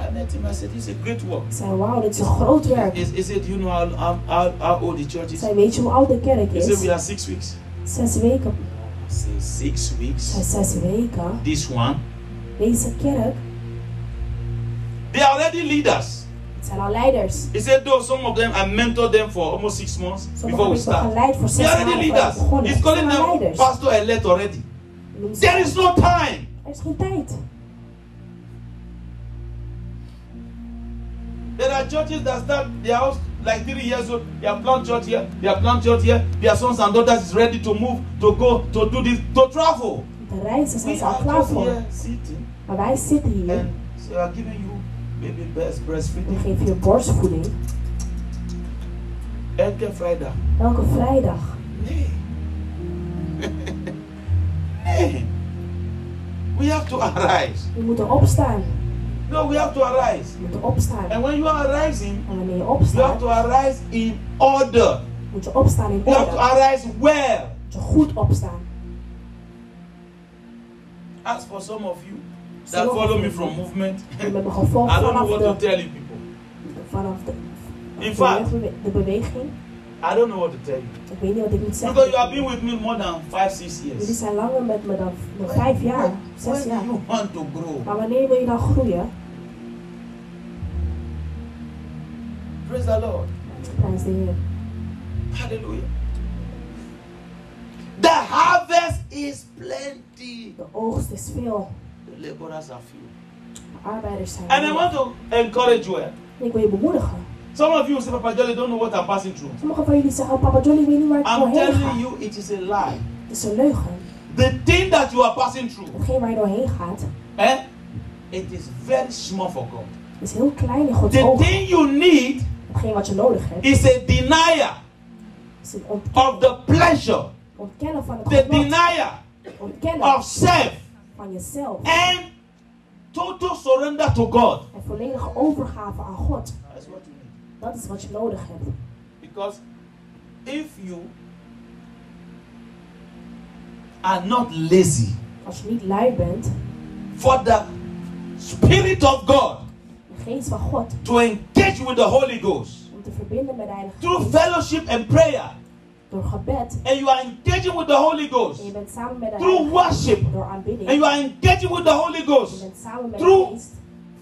Speaker 1: I met him, I said, it's a great work.
Speaker 3: ik zei wauw, dit is een groot werk.
Speaker 1: He, he said, you know how, how, how- how old the church
Speaker 3: Ik
Speaker 1: is?
Speaker 3: zei, weet je hoe oud de kerk
Speaker 1: He said,
Speaker 3: is?
Speaker 1: we are six weeks.
Speaker 3: Zes weken.
Speaker 1: I said, six
Speaker 3: Ik zei,
Speaker 1: weeks?
Speaker 3: zes weken?
Speaker 1: This one?
Speaker 3: Deze kerk,
Speaker 1: They are already leaders.
Speaker 3: het zijn al leiders.
Speaker 1: He said, though some of them, I mentored them for almost six months before
Speaker 3: Sommigen
Speaker 1: we
Speaker 3: hebben
Speaker 1: start.
Speaker 3: begeleid voor
Speaker 1: They
Speaker 3: zes
Speaker 1: are
Speaker 3: maanden
Speaker 1: already
Speaker 3: voordat
Speaker 1: leaders.
Speaker 3: we begonnen.
Speaker 1: He's
Speaker 3: Het zijn
Speaker 1: calling
Speaker 3: al
Speaker 1: them
Speaker 3: leiders.
Speaker 1: pastor elect already.
Speaker 3: Noem ze-
Speaker 1: There is no time.
Speaker 3: Er is geen tijd.
Speaker 1: There are churches that start their house like three years old. They have planned church here. They have planned church here. Their sons and daughters is ready to move, to go, to do this, to travel.
Speaker 3: De reizen zijn
Speaker 1: We
Speaker 3: ze al
Speaker 1: are
Speaker 3: klaar
Speaker 1: just
Speaker 3: voor.
Speaker 1: here sitting,
Speaker 3: Maar wij zitten hier.
Speaker 1: and so we are giving you maybe best
Speaker 3: We
Speaker 1: breastfeeding.
Speaker 3: geven je borstvoeding.
Speaker 1: Elke Friday.
Speaker 3: Elke vrijdag.
Speaker 1: Nee. nee. We have to arise.
Speaker 3: We moeten opstaan.
Speaker 1: No, we have to arise.
Speaker 3: We moeten opstaan.
Speaker 1: And when you are arising,
Speaker 3: En wanneer je
Speaker 1: you have
Speaker 3: opstaat,
Speaker 1: to arise in order.
Speaker 3: moet je opstaan in
Speaker 1: You have to
Speaker 3: orde.
Speaker 1: arise well.
Speaker 3: Moet je goed opstaan.
Speaker 1: As for some of you that
Speaker 3: Some of
Speaker 1: follow
Speaker 3: you.
Speaker 1: me from movement,
Speaker 3: We hebben
Speaker 1: I don't
Speaker 3: gevolgd
Speaker 1: know
Speaker 3: vanaf
Speaker 1: what to
Speaker 3: de,
Speaker 1: tell you people.
Speaker 3: vanaf de,
Speaker 1: In fact,
Speaker 3: de, de beweging.
Speaker 1: I don't know what to tell you.
Speaker 3: Ik weet niet wat ik moet zeggen.
Speaker 1: Because you have been with me more than five, six
Speaker 3: Jullie
Speaker 1: years.
Speaker 3: zijn langer met me dan dan vijf jaar,
Speaker 1: When
Speaker 3: zes
Speaker 1: do
Speaker 3: jaar.
Speaker 1: you want to grow?
Speaker 3: Maar wanneer wil je dan groeien?
Speaker 1: Praise the Lord.
Speaker 3: Prijs de Heer.
Speaker 1: Hallelujah. The harvest is plenty,
Speaker 3: De oogst is veel.
Speaker 1: the laborers are few.
Speaker 3: De arbeiders zijn
Speaker 1: And I want
Speaker 3: weinig.
Speaker 1: to encourage you.
Speaker 3: Ik wil je bemoedigen.
Speaker 1: Some of you say, Papa Jolly, don't know what I'm passing through.
Speaker 3: Sommigen van jullie zeggen, oh, papa Johnny, ik weet niet waar ik
Speaker 1: I'm
Speaker 3: doorheen ga.
Speaker 1: telling you, it is a lie.
Speaker 3: Het is een leugen.
Speaker 1: The thing that you are passing through,
Speaker 3: Hetgeen waar je doorheen gaat,
Speaker 1: eh, it is very small for God.
Speaker 3: is heel klein in Gods
Speaker 1: The
Speaker 3: ogen.
Speaker 1: thing you need
Speaker 3: Hetgeen wat je nodig hebt,
Speaker 1: is a denier
Speaker 3: is het ont-
Speaker 1: of the pleasure,
Speaker 3: ontkennen van het
Speaker 1: the
Speaker 3: genot.
Speaker 1: denier
Speaker 3: Ontkennen
Speaker 1: of self,
Speaker 3: van jezelf.
Speaker 1: and total surrender to God.
Speaker 3: En volledige overgave aan God.
Speaker 1: That's what you need.
Speaker 3: Dat is wat je nodig hebt.
Speaker 1: Because if you are not lazy
Speaker 3: Als je niet lui bent,
Speaker 1: for the Spirit of God
Speaker 3: de geest van God,
Speaker 1: to engage with the Holy Ghost
Speaker 3: om te verbinden met de Heilige
Speaker 1: through
Speaker 3: Geest,
Speaker 1: fellowship and prayer,
Speaker 3: door gebed,
Speaker 1: and you are engaging with the Holy Ghost
Speaker 3: en je bent samen met de
Speaker 1: through
Speaker 3: Heilige Geest,
Speaker 1: worship,
Speaker 3: door
Speaker 1: and you
Speaker 3: aanbidding,
Speaker 1: are engaging with the Holy
Speaker 3: je
Speaker 1: Ghost
Speaker 3: bent samen met de
Speaker 1: through-
Speaker 3: Geest,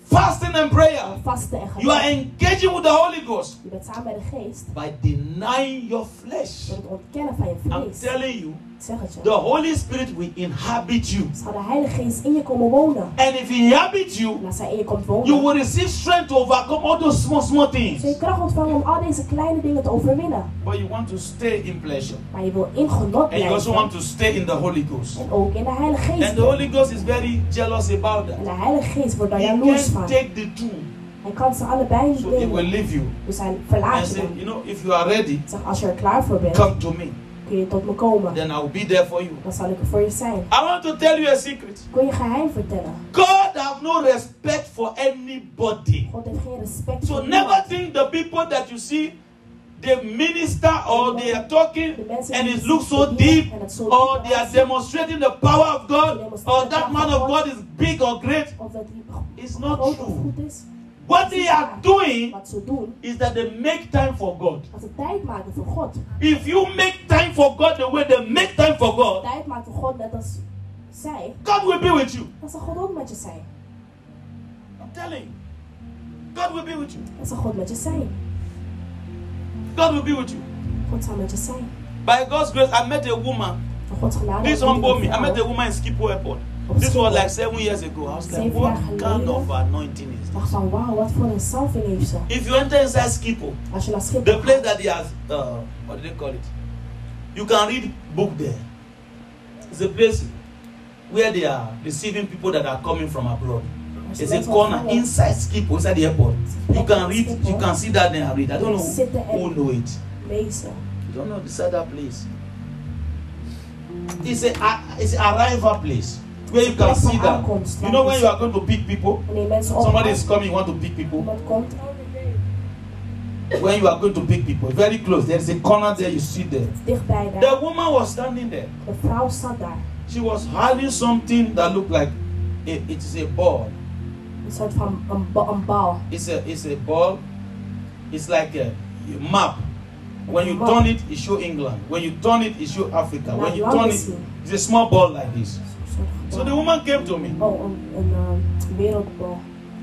Speaker 1: fasting and prayer.
Speaker 3: door vasten en
Speaker 1: You are
Speaker 3: gebed,
Speaker 1: engaging with the Holy Ghost
Speaker 3: je bent samen met de Geest,
Speaker 1: by denying your flesh.
Speaker 3: door het ontkennen van je
Speaker 1: I'm
Speaker 3: vlees.
Speaker 1: telling you,
Speaker 3: Ik zeg het
Speaker 1: the
Speaker 3: je.
Speaker 1: Holy Spirit will inhabit you.
Speaker 3: Zal de Heilige Geest in je komen wonen.
Speaker 1: And if He inhabits you,
Speaker 3: En als hij in je komt
Speaker 1: you
Speaker 3: wonen,
Speaker 1: will receive strength to overcome all those small, small
Speaker 3: zul je
Speaker 1: things.
Speaker 3: kracht ontvangen om al deze kleine dingen te overwinnen.
Speaker 1: But you want to stay in pleasure.
Speaker 3: Maar je wil in genot
Speaker 1: And you also want
Speaker 3: blijven.
Speaker 1: to stay in the Holy Ghost.
Speaker 3: En ook in de Heilige Geest.
Speaker 1: And the Holy Ghost is very jealous about
Speaker 3: En
Speaker 1: that.
Speaker 3: de Heilige Geest wordt daar
Speaker 1: He
Speaker 3: jaloers van.
Speaker 1: can't take the two,
Speaker 3: Hij kan ze allebei niet
Speaker 1: so He will
Speaker 3: nemen.
Speaker 1: leave you.
Speaker 3: Dus hij
Speaker 1: And
Speaker 3: verlaat je
Speaker 1: say,
Speaker 3: dan.
Speaker 1: you know, if you are ready,
Speaker 3: Ik Zeg, als je er klaar voor bent,
Speaker 1: come to me.
Speaker 3: kun je tot me komen.
Speaker 1: Then I will be there for you.
Speaker 3: Dan zal ik er voor je zijn.
Speaker 1: I want to tell you a secret.
Speaker 3: Ik wil je geheim vertellen.
Speaker 1: God have no respect for anybody.
Speaker 3: God heeft geen respect
Speaker 1: So
Speaker 3: voor
Speaker 1: never
Speaker 3: niemand.
Speaker 1: think the people that you see, they minister or they are talking and it looks so deep or they are demonstrating the power of God or that man of God is big or great.
Speaker 3: Of dat die
Speaker 1: It's not
Speaker 3: groot of
Speaker 1: true.
Speaker 3: goed is.
Speaker 1: What they are doing
Speaker 3: Wat ze doen,
Speaker 1: is that they make time for God.
Speaker 3: dat ze tijd maken voor God.
Speaker 1: If you make time for God the way they make time for God,
Speaker 3: Tijd maken voor God net als zij.
Speaker 1: God will be with you.
Speaker 3: Dan zal God ook met je zijn.
Speaker 1: I'm telling you. God will be with you.
Speaker 3: Dan zal God met je zijn.
Speaker 1: God will be with you.
Speaker 3: God zal met je zijn.
Speaker 1: By God's grace, I met a woman
Speaker 3: Door Gods genade.
Speaker 1: This
Speaker 3: ontmoet ik
Speaker 1: humbled
Speaker 3: een
Speaker 1: me. I met
Speaker 3: vrouw.
Speaker 1: a woman in Skipo Airport. This was like seven years ago. I was like,
Speaker 3: Zeven
Speaker 1: what
Speaker 3: jaar
Speaker 1: kind
Speaker 3: geleden.
Speaker 1: of anointing is
Speaker 3: Ik
Speaker 1: this?
Speaker 3: dacht van wauw, wat voor een salving heeft ze.
Speaker 1: If you enter inside Skipo,
Speaker 3: Als je naar schip
Speaker 1: the place that he has, uh, what do they call it? You can read book there. It's a place where they are receiving people that are coming from abroad. It's a corner inside Skipo, inside the airport. You can read, you can see that there and read. I don't know who know it.
Speaker 3: Lezen.
Speaker 1: You don't know the other place. It's a it's an arrival place where you can see that. You know when you are going to pick people,
Speaker 3: Wanneer mensen op.
Speaker 1: somebody is coming, you want to pick people.
Speaker 3: Iemand komt.
Speaker 1: When you are going to pick people, very close. There is a corner there you see there.
Speaker 3: Dichtbij
Speaker 1: The
Speaker 3: daar.
Speaker 1: woman was standing there.
Speaker 3: De vrouw zat daar.
Speaker 1: She was holding something that looked like a, it is a ball.
Speaker 3: Een soort van een, ba- een bal.
Speaker 1: It's a it's a ball. It's like a, a map. When you
Speaker 3: Ball.
Speaker 1: turn it, it show England. When you turn it, it show Africa. When
Speaker 3: Laat
Speaker 1: you
Speaker 3: jou
Speaker 1: turn it,
Speaker 3: zien.
Speaker 1: it's a small ball like this.
Speaker 3: Een soort van-
Speaker 1: So the woman came to me.
Speaker 3: Oh, een, een ehm, wereldbal.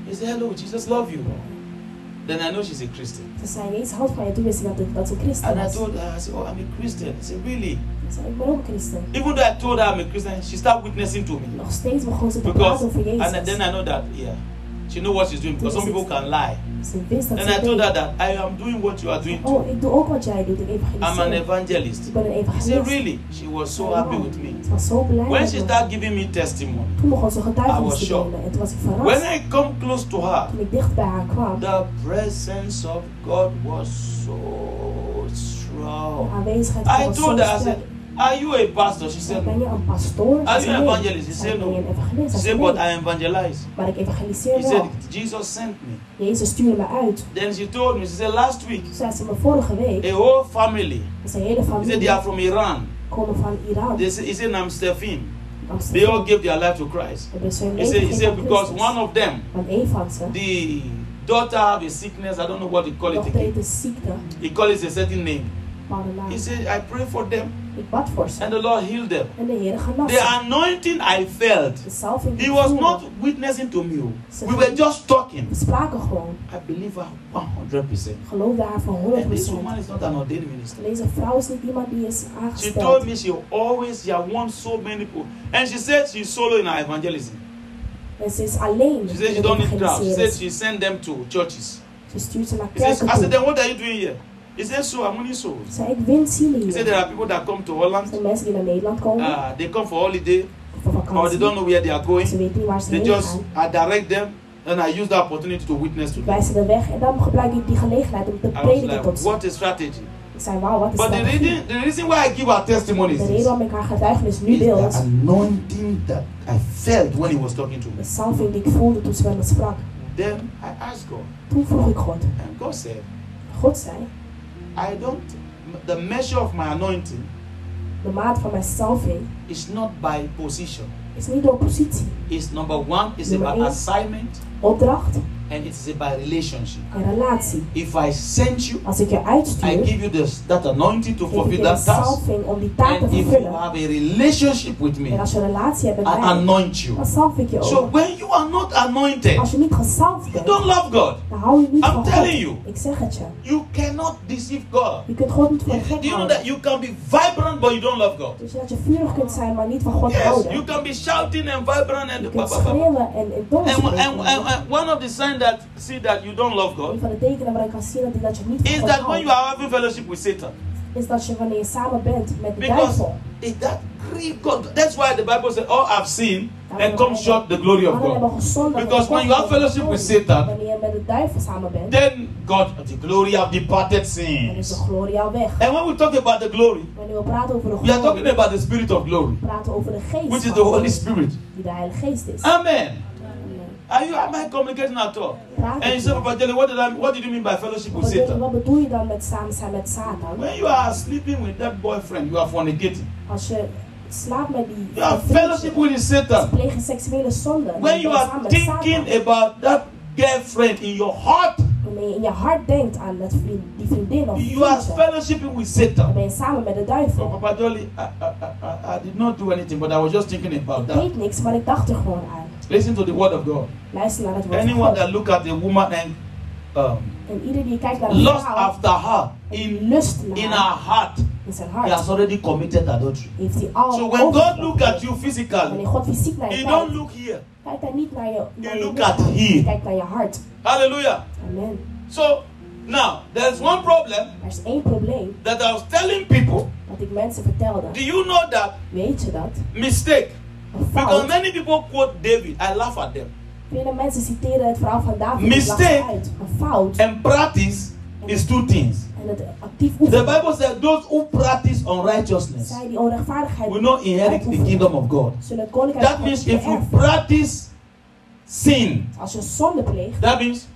Speaker 1: He said, Hello, Jesus love you. Then I know she's a Christian.
Speaker 3: Ze zei ineens houd van je. Toen wist ik dat, ik- dat ze christen
Speaker 1: And I
Speaker 3: was.
Speaker 1: told her, I said, Oh, I'm a Christian. I said, Really?
Speaker 3: Ze zei ik ben ook een christen.
Speaker 1: Even though I told her I'm a Christian, she started witnessing to me.
Speaker 3: Nog steeds begon ze te
Speaker 1: Because
Speaker 3: praten over
Speaker 1: and then
Speaker 3: Jezus.
Speaker 1: I know that, yeah. She know what she's doing because some people can lie.
Speaker 3: Ze wist dat
Speaker 1: Then
Speaker 3: ze
Speaker 1: I told her
Speaker 3: deed.
Speaker 1: that I am doing what you are doing too.
Speaker 3: Oh, ik doe ook wat jij doet. Ik
Speaker 1: I'm an
Speaker 3: evangeliseer.
Speaker 1: evangelist.
Speaker 3: Ik ben een
Speaker 1: He
Speaker 3: evangelist.
Speaker 1: said, Really? She was so happy with me.
Speaker 3: Het was zo blij.
Speaker 1: When
Speaker 3: met
Speaker 1: she
Speaker 3: me.
Speaker 1: started giving me testimony,
Speaker 3: Toen begon ze
Speaker 1: I
Speaker 3: getuigenis
Speaker 1: was
Speaker 3: te
Speaker 1: shocked.
Speaker 3: delen. En toen was ik
Speaker 1: when
Speaker 3: verrast.
Speaker 1: I come close to her,
Speaker 3: Toen ik dicht bij haar kwam, de
Speaker 1: the presence of God was so strong.
Speaker 3: aanwezigheid van
Speaker 1: I
Speaker 3: was
Speaker 1: told
Speaker 3: zo
Speaker 1: her, I
Speaker 3: sterk.
Speaker 1: said, Are you a pastor? She
Speaker 3: Ik
Speaker 1: said,
Speaker 3: zei, ben je een pastoor?
Speaker 1: Are
Speaker 3: Ze
Speaker 1: you
Speaker 3: zei, nee.
Speaker 1: evangelist? He
Speaker 3: Ik
Speaker 1: said,
Speaker 3: zei, ben
Speaker 1: no.
Speaker 3: je een evangelist?
Speaker 1: She
Speaker 3: Ze
Speaker 1: said,
Speaker 3: zei,
Speaker 1: But
Speaker 3: nee.
Speaker 1: I evangelize.
Speaker 3: Maar ik evangeliseer
Speaker 1: He
Speaker 3: wel.
Speaker 1: said, Jesus sent me.
Speaker 3: Jezus stuurde me uit.
Speaker 1: Then she told me, She said, Last week,
Speaker 3: Toen zei ze me vorige week,
Speaker 1: a whole family,
Speaker 3: is een hele
Speaker 1: he said,
Speaker 3: familie
Speaker 1: They are from Iran.
Speaker 3: komen van Iran.
Speaker 1: They say, He said, I'm Stephen. They
Speaker 3: Amsterdam.
Speaker 1: all gave their life to Christ.
Speaker 3: Hebben ze Dus hun
Speaker 1: He
Speaker 3: leven
Speaker 1: said, he said
Speaker 3: gegeven aan
Speaker 1: Because
Speaker 3: Christus.
Speaker 1: one of them,
Speaker 3: Want een van ze,
Speaker 1: the daughter have a sickness, I don't know what they call it
Speaker 3: dochter heeft
Speaker 1: again.
Speaker 3: een ziekte.
Speaker 1: He called it a certain name.
Speaker 3: bepaalde naam.
Speaker 1: He said, I pray for them.
Speaker 3: Ik bad voor ze.
Speaker 1: And the Lord healed them.
Speaker 3: En de Heer genas
Speaker 1: The
Speaker 3: ze.
Speaker 1: anointing I felt,
Speaker 3: De salving die
Speaker 1: he
Speaker 3: ik
Speaker 1: was
Speaker 3: voelde.
Speaker 1: not witnessing to me. oh. We were just talking.
Speaker 3: We spraken gewoon.
Speaker 1: I believe her 100%.
Speaker 3: Geloofde haar van 100%.
Speaker 1: And this woman is not an ordained minister.
Speaker 3: Deze vrouw is niet iemand die is
Speaker 1: She told
Speaker 3: aangesteld.
Speaker 1: me she always she had won so many people. And she said she's solo in her evangelism.
Speaker 3: En ze is alleen.
Speaker 1: She
Speaker 3: met
Speaker 1: said she don't need crowds. She said
Speaker 3: evangeliseren.
Speaker 1: she sent them to churches.
Speaker 3: Ze stuurt ze naar
Speaker 1: He says, I
Speaker 3: kerken
Speaker 1: said,
Speaker 3: toe.
Speaker 1: then what are you doing here? He said, so I'm winning souls.
Speaker 3: Zei, ik win zielen
Speaker 1: He
Speaker 3: hier.
Speaker 1: said, there are people that come to Holland.
Speaker 3: De mensen die naar Nederland komen.
Speaker 1: Uh, they come for holiday
Speaker 3: voor
Speaker 1: or they
Speaker 3: vakantie.
Speaker 1: don't know where they are
Speaker 3: Ze
Speaker 1: going.
Speaker 3: weten niet waar ze
Speaker 1: They
Speaker 3: heen
Speaker 1: just
Speaker 3: gaan.
Speaker 1: I direct them and I use the opportunity to witness to
Speaker 3: Ik
Speaker 1: them.
Speaker 3: wijs ze de weg en dan gebruik ik die gelegenheid om te
Speaker 1: I was
Speaker 3: prediken
Speaker 1: like,
Speaker 3: tot ze.
Speaker 1: what a strategy.
Speaker 3: Ik zei, wauw, wat is
Speaker 1: But
Speaker 3: dat?
Speaker 1: the reason the reason why I give our testimony
Speaker 3: De
Speaker 1: is
Speaker 3: reden
Speaker 1: this.
Speaker 3: waarom ik haar getuigenis nu
Speaker 1: is ah.
Speaker 3: deel
Speaker 1: the
Speaker 3: is
Speaker 1: anointing that I felt when he was talking to
Speaker 3: de
Speaker 1: me.
Speaker 3: salving die ik voelde toen ze met me sprak.
Speaker 1: Then I asked God,
Speaker 3: Toen vroeg ik God.
Speaker 1: and God said,
Speaker 3: God zei,
Speaker 1: I don't, the measure of my anointing
Speaker 3: de maat van mijn salving
Speaker 1: is not by position.
Speaker 3: is niet door positie,
Speaker 1: It's number one, it's
Speaker 3: Number
Speaker 1: about
Speaker 3: eight.
Speaker 1: assignment
Speaker 3: opdracht
Speaker 1: and it's about relationship.
Speaker 3: en relatie.
Speaker 1: If I send you,
Speaker 3: Als ik je
Speaker 1: I
Speaker 3: uitstuur,
Speaker 1: give you this, that anointing to
Speaker 3: geef ik
Speaker 1: fulfill
Speaker 3: je de
Speaker 1: that task.
Speaker 3: salving om die taak te
Speaker 1: And if you
Speaker 3: vervullen.
Speaker 1: have a relationship with me,
Speaker 3: En als je een relatie hebt met
Speaker 1: I
Speaker 3: mij,
Speaker 1: anoint you.
Speaker 3: dan salf ik je
Speaker 1: So
Speaker 3: ook.
Speaker 1: when you are not anointed,
Speaker 3: Als je niet gesalfd
Speaker 1: you
Speaker 3: bent,
Speaker 1: don't love God.
Speaker 3: dan hou je niet
Speaker 1: I'm
Speaker 3: van
Speaker 1: telling you.
Speaker 3: God. Ik zeg het je.
Speaker 1: You cannot deceive God.
Speaker 3: Je kunt God niet voor
Speaker 1: Do
Speaker 3: de gek
Speaker 1: you know
Speaker 3: houden.
Speaker 1: that you can be vibrant but you don't love God?
Speaker 3: Dus dat je vurig kunt zijn, maar niet van God
Speaker 1: Yes,
Speaker 3: houden.
Speaker 1: you can be shouting and vibrant and
Speaker 3: Je kunt schreeuwen en in tongen
Speaker 1: And,
Speaker 3: spreken.
Speaker 1: and, and, and one of the signs that see that you don't love
Speaker 3: Een
Speaker 1: God
Speaker 3: van de tekenen waar ik kan zien dat je, dat je niet van
Speaker 1: is
Speaker 3: God
Speaker 1: that when you
Speaker 3: houdt,
Speaker 1: are having fellowship with Satan,
Speaker 3: is dat je wanneer je samen bent met de
Speaker 1: because
Speaker 3: duivel,
Speaker 1: is that grieve God. That's why the Bible says, "All have sinned and come short the glory of
Speaker 3: anderen hebben
Speaker 1: God."
Speaker 3: gezondigd.
Speaker 1: Because when you have fellowship with Satan,
Speaker 3: wanneer je met de duivel samen bent,
Speaker 1: Then God, the glory of departed
Speaker 3: dan is de
Speaker 1: sins.
Speaker 3: glorie al weg.
Speaker 1: And when we talk about the glory,
Speaker 3: Wanneer we praten over de
Speaker 1: we are
Speaker 3: glorie,
Speaker 1: talking about the spirit of glory,
Speaker 3: we praten over de geest,
Speaker 1: which is
Speaker 3: van
Speaker 1: the
Speaker 3: God,
Speaker 1: Holy Spirit. Ah,
Speaker 3: die de Heilige Geest is.
Speaker 1: Amen.
Speaker 3: Amen.
Speaker 1: Are you am I communicating at all?
Speaker 3: Praat
Speaker 1: And you
Speaker 3: met
Speaker 1: say,
Speaker 3: je.
Speaker 1: Papa Jelly, what did I what did you mean by fellowship with
Speaker 3: Wat bedoel-
Speaker 1: Satan?
Speaker 3: Wat bedoel je dan met samen zijn met Satan?
Speaker 1: When you are sleeping with that boyfriend, you are fornicating.
Speaker 3: Als je slaapt met die...
Speaker 1: You have fellowship with
Speaker 3: Ze
Speaker 1: Satan.
Speaker 3: plegen seksuele zonde.
Speaker 1: When you are thinking about that girlfriend in your heart,
Speaker 3: Wanneer je in je hart denkt aan dat vriend, die vriendin of
Speaker 1: you are
Speaker 3: vriendje,
Speaker 1: fellowshipping with Satan.
Speaker 3: dan ben je samen met de
Speaker 1: So,
Speaker 3: duivel.
Speaker 1: Papa Dolly, I, I, I- I, I did not do anything, but I was just thinking about
Speaker 3: Ik
Speaker 1: that.
Speaker 3: deed niks, maar ik dacht er gewoon aan.
Speaker 1: Listen to the word of God.
Speaker 3: Luister naar het woord van
Speaker 1: Anyone
Speaker 3: God.
Speaker 1: that look at a woman and um,
Speaker 3: En ieder die kijkt naar een
Speaker 1: lust
Speaker 3: vrouw,
Speaker 1: after her
Speaker 3: in
Speaker 1: in
Speaker 3: lust
Speaker 1: in her
Speaker 3: naar
Speaker 1: heart,
Speaker 3: in zijn
Speaker 1: he has
Speaker 3: hart,
Speaker 1: already committed adultery.
Speaker 3: heeft hij al
Speaker 1: So when God
Speaker 3: overgebracht.
Speaker 1: look at you
Speaker 3: Wanneer
Speaker 1: physically,
Speaker 3: God fysiek naar
Speaker 1: he
Speaker 3: je
Speaker 1: don't
Speaker 3: kijkt,
Speaker 1: look here.
Speaker 3: kijkt hij niet naar je naar
Speaker 1: He
Speaker 3: je
Speaker 1: look
Speaker 3: lichaam.
Speaker 1: at here.
Speaker 3: Hij kijkt naar je hart.
Speaker 1: Hallelujah.
Speaker 3: Amen.
Speaker 1: So now there's one problem
Speaker 3: Er is één probleem
Speaker 1: that I was telling people.
Speaker 3: dat ik mensen vertelde.
Speaker 1: Do you know that
Speaker 3: Weet je dat?
Speaker 1: mistake?
Speaker 3: Een
Speaker 1: Because
Speaker 3: fout.
Speaker 1: many people quote David. I laugh at them.
Speaker 3: Vele mensen citeren het verhaal van David. en lachen
Speaker 1: Mistake.
Speaker 3: Uit. Een fout.
Speaker 1: And practice is two things.
Speaker 3: En het actief
Speaker 1: The
Speaker 3: oefenen.
Speaker 1: Bible says those who practice unrighteousness
Speaker 3: Zij die onrechtvaardigheid
Speaker 1: will not inherit the kingdom of God.
Speaker 3: zullen het koninkrijk
Speaker 1: That
Speaker 3: van
Speaker 1: means
Speaker 3: God
Speaker 1: if you
Speaker 3: vererven.
Speaker 1: practice sin,
Speaker 3: Als je zonde pleegt,
Speaker 1: that means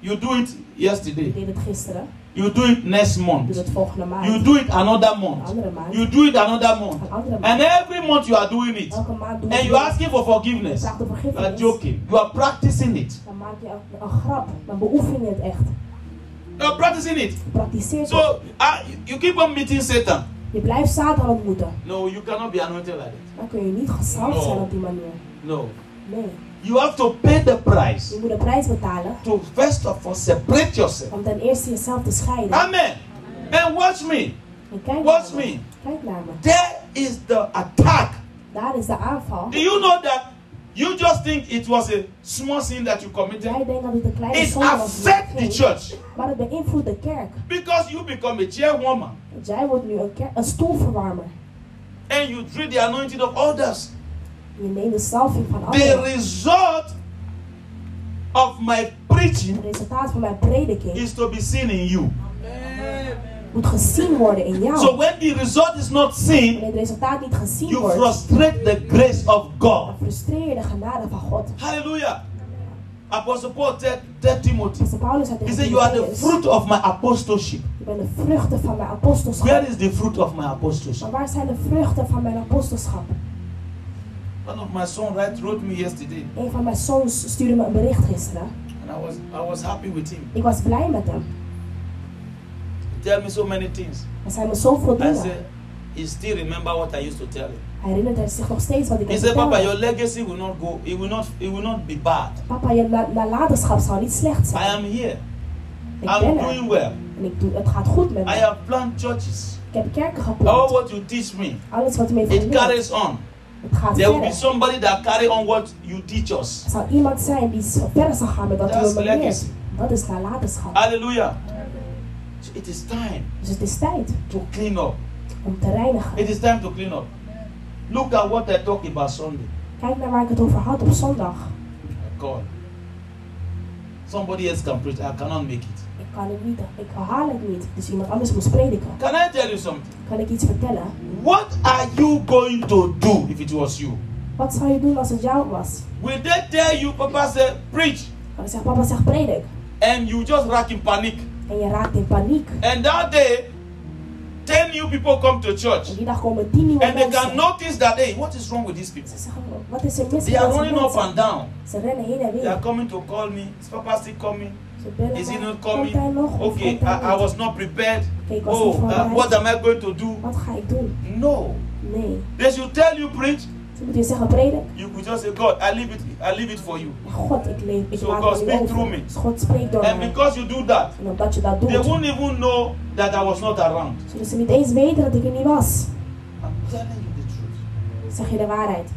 Speaker 1: you do it
Speaker 3: je
Speaker 1: yesterday,
Speaker 3: deed het gisteren,
Speaker 1: you do it next
Speaker 3: doe
Speaker 1: month,
Speaker 3: het volgende maand,
Speaker 1: you do it another
Speaker 3: een
Speaker 1: month,
Speaker 3: andere maand,
Speaker 1: you do it another month,
Speaker 3: een andere maand.
Speaker 1: and every month you are doing it,
Speaker 3: Elke maand doe je
Speaker 1: and
Speaker 3: het
Speaker 1: you
Speaker 3: weer.
Speaker 1: are asking for
Speaker 3: Je
Speaker 1: forgiveness.
Speaker 3: vraagt om
Speaker 1: You are
Speaker 3: vergiffenis.
Speaker 1: joking. You are practicing it.
Speaker 3: Dan maak je een, een grap, dan beoefen je het echt.
Speaker 1: You are practicing it.
Speaker 3: Je praktiseert het.
Speaker 1: So uh, you keep on meeting Satan.
Speaker 3: Je blijft Satan ontmoeten.
Speaker 1: No, you cannot be anointed like that.
Speaker 3: Dan kun je niet gesalfd
Speaker 1: No.
Speaker 3: zijn op die manier.
Speaker 1: No,
Speaker 3: Nee,
Speaker 1: you have to pay the price
Speaker 3: je moet een prijs betalen
Speaker 1: to first of all separate yourself.
Speaker 3: om ten eerste jezelf te scheiden.
Speaker 1: Amen. And watch me.
Speaker 3: En kijk
Speaker 1: Watch
Speaker 3: naar me.
Speaker 1: me.
Speaker 3: Kijk naar me.
Speaker 1: There is the attack.
Speaker 3: Daar is de aanval.
Speaker 1: Do you know that you just think it was a small sin that you committed?
Speaker 3: Jij denkt dat het een kleine
Speaker 1: It
Speaker 3: zonde was. die je
Speaker 1: affects the
Speaker 3: deed,
Speaker 1: church
Speaker 3: Maar het beïnvloedt de kerk.
Speaker 1: because you become a chairwoman
Speaker 3: Want jij wordt nu een, ker- een stoelverwarmer.
Speaker 1: and you treat the anointing of others.
Speaker 3: Je neemt de salving van
Speaker 1: The
Speaker 3: anderen.
Speaker 1: result of my
Speaker 3: Het
Speaker 1: preaching
Speaker 3: resultaat van mijn prediking
Speaker 1: is to be seen in you.
Speaker 3: moet gezien worden in jou.
Speaker 1: So when the result is not
Speaker 3: Wanneer
Speaker 1: seen,
Speaker 3: het resultaat niet gezien
Speaker 1: you
Speaker 3: wordt,
Speaker 1: frustrate the grace of
Speaker 3: dan
Speaker 1: God.
Speaker 3: frustreer je de genade van God.
Speaker 1: Hallelujah. Apostle Paul said, tell Timothy,
Speaker 3: Apostel Paulus had
Speaker 1: he
Speaker 3: tegen
Speaker 1: said, You are the
Speaker 3: Timotheus,
Speaker 1: fruit of my apostleship.
Speaker 3: Je bent de vruchten van mijn apostelschap.
Speaker 1: Where is the fruit of my
Speaker 3: Maar
Speaker 1: apostleship?
Speaker 3: waar zijn de vruchten van mijn apostelschap?
Speaker 1: One of my sons right wrote me yesterday.
Speaker 3: Een van mijn zoons stuurde me een bericht gisteren.
Speaker 1: And I was I was happy with him.
Speaker 3: Ik was blij met hem.
Speaker 1: He tell me so many things.
Speaker 3: Er zijn me zoveel
Speaker 1: I
Speaker 3: dingen.
Speaker 1: said, he still remember what I used to tell him.
Speaker 3: Hij herinnert zich nog steeds wat ik
Speaker 1: He
Speaker 3: hem
Speaker 1: said, Papa, your
Speaker 3: vertelde.
Speaker 1: legacy will not go, it will not, it will not be bad.
Speaker 3: Papa, je la- nalatenschap zal niet slecht
Speaker 1: I
Speaker 3: zijn.
Speaker 1: am here.
Speaker 3: Ik
Speaker 1: I'm
Speaker 3: ben er.
Speaker 1: doing well.
Speaker 3: En ik doe, het gaat goed met
Speaker 1: I
Speaker 3: me.
Speaker 1: have planned churches.
Speaker 3: Ik heb kerken
Speaker 1: All
Speaker 3: gepland.
Speaker 1: what you teach me,
Speaker 3: Alles wat u mij
Speaker 1: it
Speaker 3: vertelt,
Speaker 1: carries on.
Speaker 3: het gaat
Speaker 1: There will be
Speaker 3: verder.
Speaker 1: somebody that carry on what you teach us.
Speaker 3: Er zal iemand zijn die zo verder zal gaan met wat u
Speaker 1: That's
Speaker 3: hem leert.
Speaker 1: legacy.
Speaker 3: Dat is nalatenschap.
Speaker 1: Hallelujah. So it is time
Speaker 3: Dus het is tijd
Speaker 1: to clean up.
Speaker 3: om te reinigen.
Speaker 1: It is time to clean up. Look at what I talked about Sunday.
Speaker 3: Kijk naar waar ik het over had op zondag.
Speaker 1: God. Somebody else can preach. I cannot make it.
Speaker 3: Ik kan het niet, ik haal het niet. Dus iemand anders moest prediken.
Speaker 1: Can I tell you something?
Speaker 3: Kan ik iets vertellen?
Speaker 1: What are you going to do if it was you?
Speaker 3: Wat zou je doen als het jou was?
Speaker 1: Will they tell you, Papa said, preach,
Speaker 3: Dan zegt papa, zeg predik.
Speaker 1: and you just rack in panic.
Speaker 3: En je raakt in paniek.
Speaker 1: And that day, 10 new people come to church.
Speaker 3: En die dag komen tien nieuwe
Speaker 1: And they can
Speaker 3: mensen.
Speaker 1: notice that, hey, what is wrong with these people?
Speaker 3: Ze zeggen, wat is er mis
Speaker 1: They
Speaker 3: met
Speaker 1: are
Speaker 3: deze
Speaker 1: running up
Speaker 3: mensen?
Speaker 1: and down.
Speaker 3: Ze rennen heen en
Speaker 1: They are
Speaker 3: weer.
Speaker 1: coming to call me. Is Papa still coming?
Speaker 3: Ze bellen
Speaker 1: Is he
Speaker 3: mij,
Speaker 1: not
Speaker 3: komt
Speaker 1: coming?
Speaker 3: hij nog of
Speaker 1: Okay,
Speaker 3: komt hij
Speaker 1: I, I
Speaker 3: niet?
Speaker 1: was not prepared.
Speaker 3: Kijk, was niet
Speaker 1: Oh, uh,
Speaker 3: voorbereid.
Speaker 1: what am I going to do?
Speaker 3: Wat ga ik doen?
Speaker 1: No.
Speaker 3: Nee.
Speaker 1: They should tell you, preach.
Speaker 3: Ze moeten je zeggen, predik.
Speaker 1: You could just say, God, I leave it, I leave it for you.
Speaker 3: God, ik leef, ik
Speaker 1: So
Speaker 3: laat
Speaker 1: God
Speaker 3: het
Speaker 1: speak
Speaker 3: niet over.
Speaker 1: through me.
Speaker 3: Dus God spreekt door
Speaker 1: And
Speaker 3: mij.
Speaker 1: because you do that,
Speaker 3: En omdat je dat
Speaker 1: they
Speaker 3: doet,
Speaker 1: won't even know that I was not around.
Speaker 3: zullen ze niet eens weten dat ik er niet was.
Speaker 1: I'm telling you the truth.
Speaker 3: Zeg je de waarheid.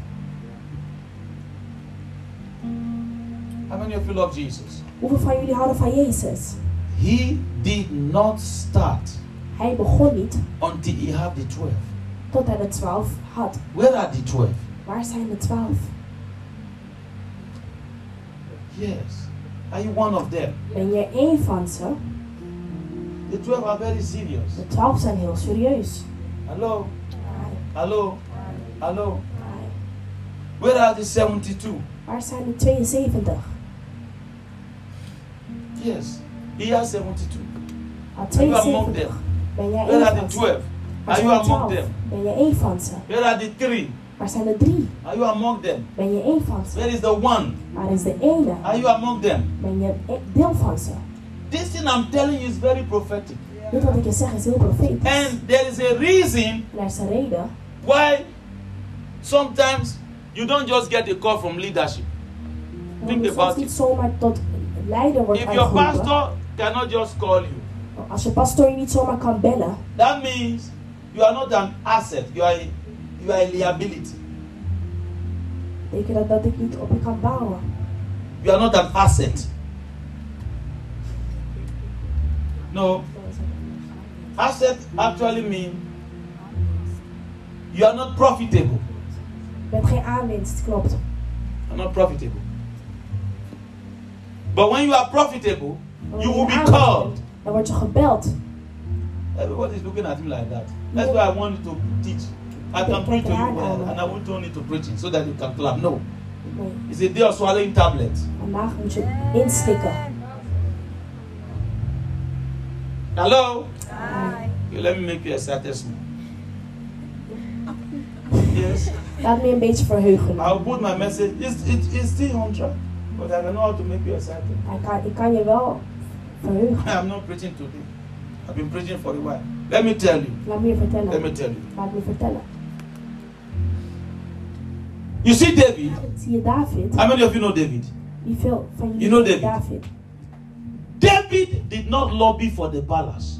Speaker 1: How many of you love Jesus?
Speaker 3: Hoeveel van jullie houden van Jezus?
Speaker 1: He did not start
Speaker 3: Hij begon niet
Speaker 1: until he had the 12.
Speaker 3: tot hij de twaalf had.
Speaker 1: Where are the 12?
Speaker 3: Waar zijn de twaalf?
Speaker 1: Yes. Are you one of them?
Speaker 3: Ben je één van ze?
Speaker 1: The 12 are very serious.
Speaker 3: De twaalf zijn heel serieus.
Speaker 1: Hello? Hello? Hello?
Speaker 3: Ai.
Speaker 1: Where are the 72?
Speaker 3: Waar zijn de 72?
Speaker 1: Yes. He has 72.
Speaker 3: Ah,
Speaker 1: Are you among
Speaker 3: 72.
Speaker 1: them?
Speaker 3: Ben jij
Speaker 1: Where
Speaker 3: één
Speaker 1: are
Speaker 3: van
Speaker 1: the
Speaker 3: ze?
Speaker 1: 12?
Speaker 3: Waar
Speaker 1: Are
Speaker 3: zijn
Speaker 1: you
Speaker 3: de
Speaker 1: among
Speaker 3: 12?
Speaker 1: them?
Speaker 3: Ben je één van ze?
Speaker 1: Where are the 3?
Speaker 3: Waar zijn de drie?
Speaker 1: Are you among them?
Speaker 3: Ben je één van ze?
Speaker 1: Where is the 1?
Speaker 3: Waar is de ene?
Speaker 1: Are you among them?
Speaker 3: Ben je een deel van ze?
Speaker 1: This thing I'm telling you is very prophetic.
Speaker 3: Dit wat ik je zeg is heel profetisch.
Speaker 1: And there is a reason
Speaker 3: En er is een reden
Speaker 1: why sometimes you don't just get a call from leadership.
Speaker 3: waarom
Speaker 1: Think
Speaker 3: je soms
Speaker 1: about
Speaker 3: niet
Speaker 1: it.
Speaker 3: zomaar tot leider wordt
Speaker 1: If your
Speaker 3: uitgeroepen. Nou,
Speaker 1: pastor cannot just call you,
Speaker 3: Als je pastoor je niet zomaar kan bellen,
Speaker 1: that means you are not an asset, you are a, you are a liability.
Speaker 3: betekent dat dat ik niet op je kan bouwen.
Speaker 1: You are not an asset. No, asset actually means you are not profitable.
Speaker 3: Je bent geen aanwinst, klopt.
Speaker 1: are not profitable. But when you are profitable,
Speaker 3: Maar
Speaker 1: you
Speaker 3: wanneer
Speaker 1: will
Speaker 3: je
Speaker 1: be
Speaker 3: aanwinst
Speaker 1: called.
Speaker 3: bent, Dan word je gebeld.
Speaker 1: Everybody's looking at me like that. That's why I want you to teach. I can preach to you well, and I won't turn into preaching so that you can clap. No.
Speaker 3: Nee,
Speaker 1: It's a day of swallowing tablets.
Speaker 3: vandaag moet je instikken.
Speaker 1: Hello? Okay, let me make you excited small. yes.
Speaker 3: Laat me een beetje verheugen.
Speaker 1: I'll put my message. It's, it's, it's still on track. But I don't know how to make you excited.
Speaker 3: Ik kan, ik kan je wel verheugen.
Speaker 1: I'm not preaching today. I've been preaching for a while. Let me tell you.
Speaker 3: Laat me je
Speaker 1: Let me
Speaker 3: vertellen.
Speaker 1: tell you.
Speaker 3: Laat me vertellen.
Speaker 1: You see, David.
Speaker 3: Zie je David?
Speaker 1: How many of you know David?
Speaker 3: Wie veel van jullie
Speaker 1: You know
Speaker 3: kennen
Speaker 1: David?
Speaker 3: David?
Speaker 1: David did not lobby for the palace.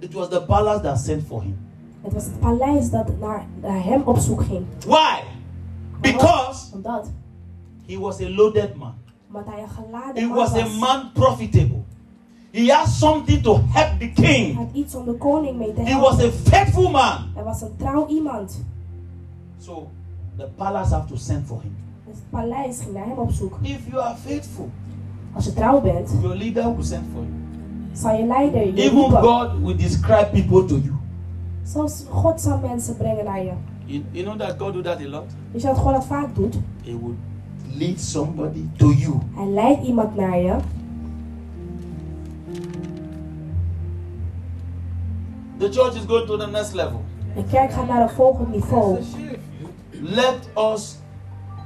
Speaker 1: It was the palace that sent for him.
Speaker 3: Het was het paleis dat naar, naar hem op zoek ging.
Speaker 1: Why? Because
Speaker 3: Omdat,
Speaker 1: he was a loaded man.
Speaker 3: omdat hij een geladen
Speaker 1: He
Speaker 3: man
Speaker 1: was a man profitable. He had something to help the
Speaker 3: Hij
Speaker 1: king.
Speaker 3: had iets om de koning mee te
Speaker 1: He
Speaker 3: helpen.
Speaker 1: was a faithful man.
Speaker 3: Hij was een trouw iemand.
Speaker 1: So the palace have to send for him.
Speaker 3: Dus het paleis ging naar hem op zoek.
Speaker 1: If you are faithful,
Speaker 3: Als je trouw bent,
Speaker 1: your leader will send for you.
Speaker 3: zal je leider je
Speaker 1: Even
Speaker 3: roepen.
Speaker 1: God will describe people to you.
Speaker 3: Zelfs God zal mensen brengen naar je.
Speaker 1: You, you know that God do that a lot.
Speaker 3: Weet je dat God dat vaak doet?
Speaker 1: He would lead somebody to you.
Speaker 3: Hij leidt iemand naar je.
Speaker 1: The church is going to the next level.
Speaker 3: De kerk gaat naar een volgend niveau.
Speaker 1: Oh. Let us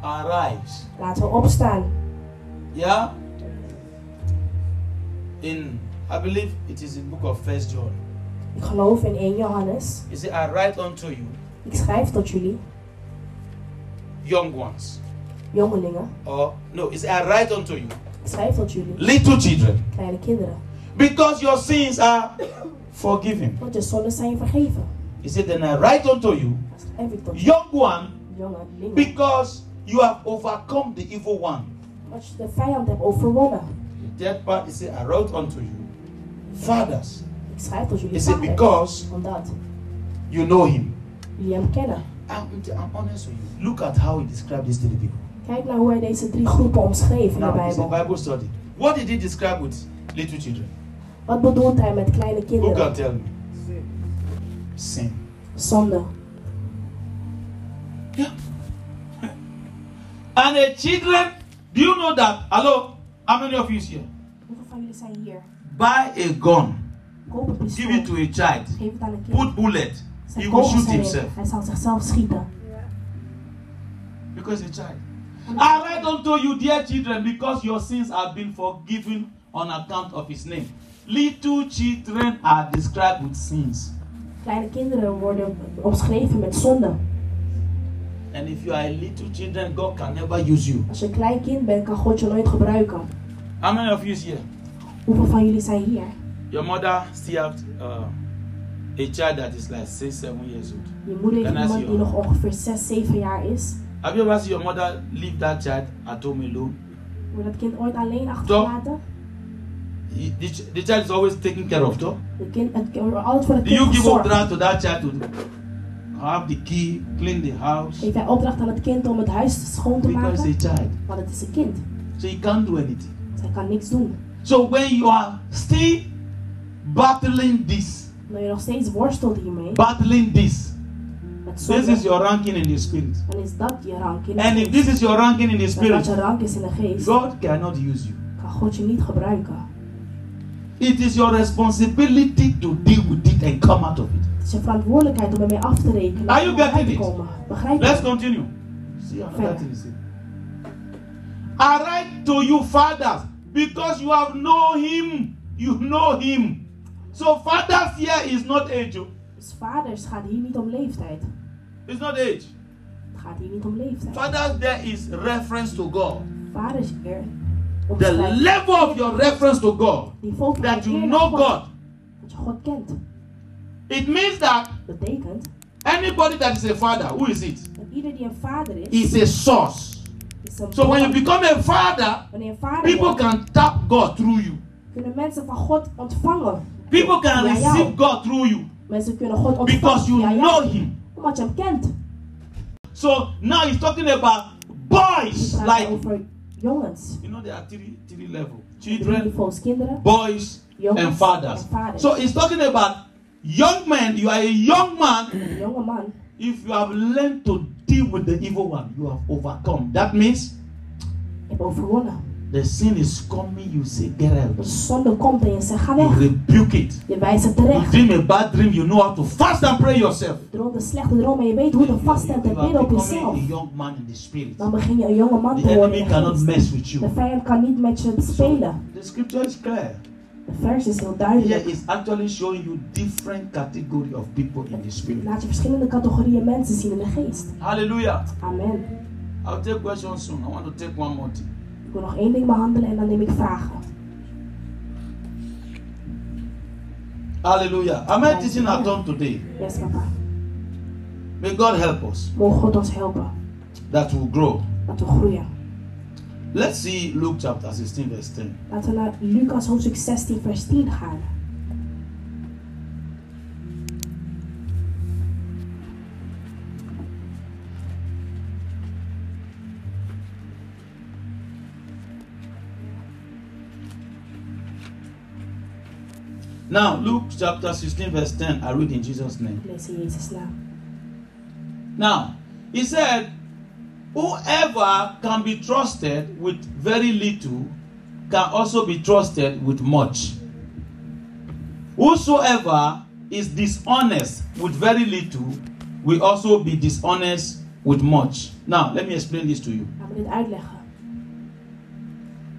Speaker 1: arise.
Speaker 3: Laten we opstaan.
Speaker 1: Yeah? In I believe it is in book of First John.
Speaker 3: Ik geloof in 1 Johannes.
Speaker 1: He said, I write unto you,
Speaker 3: Ik schrijf tot jullie,
Speaker 1: young ones.
Speaker 3: jongelingen.
Speaker 1: Or, no, he said, I write unto you,
Speaker 3: Ik schrijf tot jullie,
Speaker 1: little children,
Speaker 3: kleine kinderen.
Speaker 1: because your sins are forgiven.
Speaker 3: Want je zonden zijn vergeven.
Speaker 1: He said, Then I write unto you,
Speaker 3: Dan schrijf ik tot
Speaker 1: young one,
Speaker 3: jongelingen.
Speaker 1: because you have overcome the evil one.
Speaker 3: Want je de vijand hebt overwonnen.
Speaker 1: The third part, he said, I wrote unto you, fathers.
Speaker 3: Ik schrijf tot jullie
Speaker 1: He said,
Speaker 3: vaders.
Speaker 1: Because
Speaker 3: Omdat
Speaker 1: you know him.
Speaker 3: jullie hem kennen.
Speaker 1: I'm, I'm honest with you. Look at how he described this to the people.
Speaker 3: Kijk naar hoe hij deze drie groepen omschreef in de
Speaker 1: Now, it's a
Speaker 3: Bijbel.
Speaker 1: Bible study. What did he describe with little children?
Speaker 3: Wat bedoelt hij met kleine
Speaker 1: Who can
Speaker 3: kinderen?
Speaker 1: tell me?
Speaker 2: Sin.
Speaker 1: Sin.
Speaker 3: Zonde.
Speaker 1: Yeah. and the children, do you know that? Hello? How many of you is here?
Speaker 3: Hoeveel van jullie zijn hier?
Speaker 1: Buy a gun,
Speaker 3: Koop een
Speaker 1: give
Speaker 3: pistool.
Speaker 1: it to a child,
Speaker 3: Geef het aan een kind.
Speaker 1: put bullet,
Speaker 3: Zijn
Speaker 1: he will
Speaker 3: kogels
Speaker 1: shoot
Speaker 3: zijn-
Speaker 1: himself
Speaker 3: Hij zal zichzelf schieten.
Speaker 1: because he's a child. I write unto you, dear children, because your sins have been forgiven on account of his name. Little children are described with sins.
Speaker 3: Kleine kinderen worden omschreven met zonde.
Speaker 1: And if you are a little children, God can never use you.
Speaker 3: Als je een klein kind bent, kan God je nooit gebruiken.
Speaker 1: How many of you is here?
Speaker 3: Hoeveel van jullie zijn hier?
Speaker 1: Your mother still have uh, a child that is like six, seven years old.
Speaker 3: Je moeder
Speaker 1: Daarnaast
Speaker 3: heeft iemand
Speaker 1: hier.
Speaker 3: die nog ongeveer 6, 7 jaar is.
Speaker 1: Have you ever seen your mother leave that child at home alone?
Speaker 3: Wordt dat kind ooit alleen achtergelaten?
Speaker 1: He- the, ch- the child is always taken care of, though.
Speaker 3: De kind, het, er wordt altijd voor het
Speaker 1: Do
Speaker 3: kind
Speaker 1: you give
Speaker 3: gezorgd.
Speaker 1: order to that child to have the key, clean the house?
Speaker 3: Geef jij opdracht aan het kind om het huis schoon te
Speaker 1: Because
Speaker 3: maken?
Speaker 1: it's a child.
Speaker 3: Want het is een kind.
Speaker 1: So he can't do anything.
Speaker 3: Zij kan niks doen.
Speaker 1: So when you are still battling this,
Speaker 3: Omdat je nog steeds worstelt hiermee,
Speaker 1: battling this,
Speaker 3: met
Speaker 1: this is
Speaker 3: zonde,
Speaker 1: your ranking in the spirit.
Speaker 3: dan is dat je rank in de
Speaker 1: And if
Speaker 3: geest.
Speaker 1: this is your ranking in the
Speaker 3: Als dat
Speaker 1: spirit,
Speaker 3: je rank is in de geest,
Speaker 1: God cannot use you.
Speaker 3: kan God je niet gebruiken.
Speaker 1: It is your responsibility to deal with it and come out of it.
Speaker 3: Het is je verantwoordelijkheid om ermee af te rekenen.
Speaker 1: Are you
Speaker 3: om eruit
Speaker 1: getting
Speaker 3: te
Speaker 1: it?
Speaker 3: komen. Begrijp je?
Speaker 1: Let's continue. See another
Speaker 3: Fair.
Speaker 1: thing he said. I write to you, fathers, because you have known him. You know him. So fathers here is not age. oh.
Speaker 3: Dus vaders gaat hier niet om leeftijd.
Speaker 1: It's not age.
Speaker 3: Het gaat hier niet om leeftijd.
Speaker 1: Fathers there is reference to God.
Speaker 3: Vaders eer
Speaker 1: The
Speaker 3: omschrijft
Speaker 1: level of your reference to God
Speaker 3: die volk van
Speaker 1: that
Speaker 3: de
Speaker 1: you
Speaker 3: eer
Speaker 1: know
Speaker 3: naar
Speaker 1: God.
Speaker 3: Dat je God kent.
Speaker 1: It means that
Speaker 3: Betekent
Speaker 1: anybody that is a father, who is it?
Speaker 3: dat ieder die een vader is,
Speaker 1: Is a source.
Speaker 3: is een
Speaker 1: So when you
Speaker 3: bron.
Speaker 1: become a father,
Speaker 3: Wanneer je vader
Speaker 1: People
Speaker 3: wordt,
Speaker 1: can tap God through you.
Speaker 3: kunnen mensen van God ontvangen.
Speaker 1: People can
Speaker 3: Via jou.
Speaker 1: receive God through you
Speaker 3: Mensen kunnen God ontvangen
Speaker 1: because you
Speaker 3: via jou,
Speaker 1: know Him.
Speaker 3: omdat je hem kent. Het
Speaker 1: So now he's talking about boys.
Speaker 3: gaat
Speaker 1: Like
Speaker 3: over jongens.
Speaker 1: you know, there are three three level:
Speaker 3: Drie
Speaker 1: children,
Speaker 3: niveaus kinderen,
Speaker 1: boys,
Speaker 3: jongens
Speaker 1: and fathers.
Speaker 3: en vaders.
Speaker 1: So he's talking about young men. You are a young man.
Speaker 3: Een jonge man.
Speaker 1: If you have learned to deal with the evil one, you have overcome. That means
Speaker 3: Je hebt overwonnen.
Speaker 1: the sin is coming. You say, "Get
Speaker 3: De
Speaker 1: out."
Speaker 3: zonde komt en je zegt ga
Speaker 1: You
Speaker 3: weg.
Speaker 1: rebuke it.
Speaker 3: Je wijst het
Speaker 1: You
Speaker 3: terecht.
Speaker 1: dream a bad dream. You know how to fast and pray yourself.
Speaker 3: Droom de slechte droom en je weet hoe te vast en te
Speaker 1: You are
Speaker 3: bidden op
Speaker 1: becoming
Speaker 3: jezelf.
Speaker 1: a young man in the spirit.
Speaker 3: Dan begin je een jonge man
Speaker 1: The
Speaker 3: te worden.
Speaker 1: enemy
Speaker 3: in de
Speaker 1: cannot
Speaker 3: geest.
Speaker 1: mess with
Speaker 3: De
Speaker 1: you.
Speaker 3: vijand kan niet met je spelen.
Speaker 1: The scripture is clear.
Speaker 3: De vers is heel
Speaker 1: Here
Speaker 3: duidelijk.
Speaker 1: is actually showing you different category of people in the spirit.
Speaker 3: Laat je verschillende categorieën mensen zien in de geest.
Speaker 1: Hallelujah.
Speaker 3: Amen.
Speaker 1: I'll take questions soon. I want to take one more thing.
Speaker 3: Ik wil nog één ding behandelen en dan neem ik vragen.
Speaker 1: Hallelujah. Am I teaching at home today?
Speaker 3: Yes, papa.
Speaker 1: May God help us
Speaker 3: Mogen God ons helpen
Speaker 1: that will grow.
Speaker 3: dat we groeien.
Speaker 1: Let's see Luke chapter 16, verse 10.
Speaker 3: Laten we naar Lucas hoofdstuk 16, vers 10 gaan.
Speaker 1: Now, Luke chapter 16, verse 10. I read in Jesus' name.
Speaker 3: Ik lees in Jezus' naam.
Speaker 1: Now, he said, Whoever can be trusted with very little can also be trusted with much. Whosoever is dishonest with very little will also be dishonest with much. Now, let me explain this to you.
Speaker 3: Laten we dit uitleggen.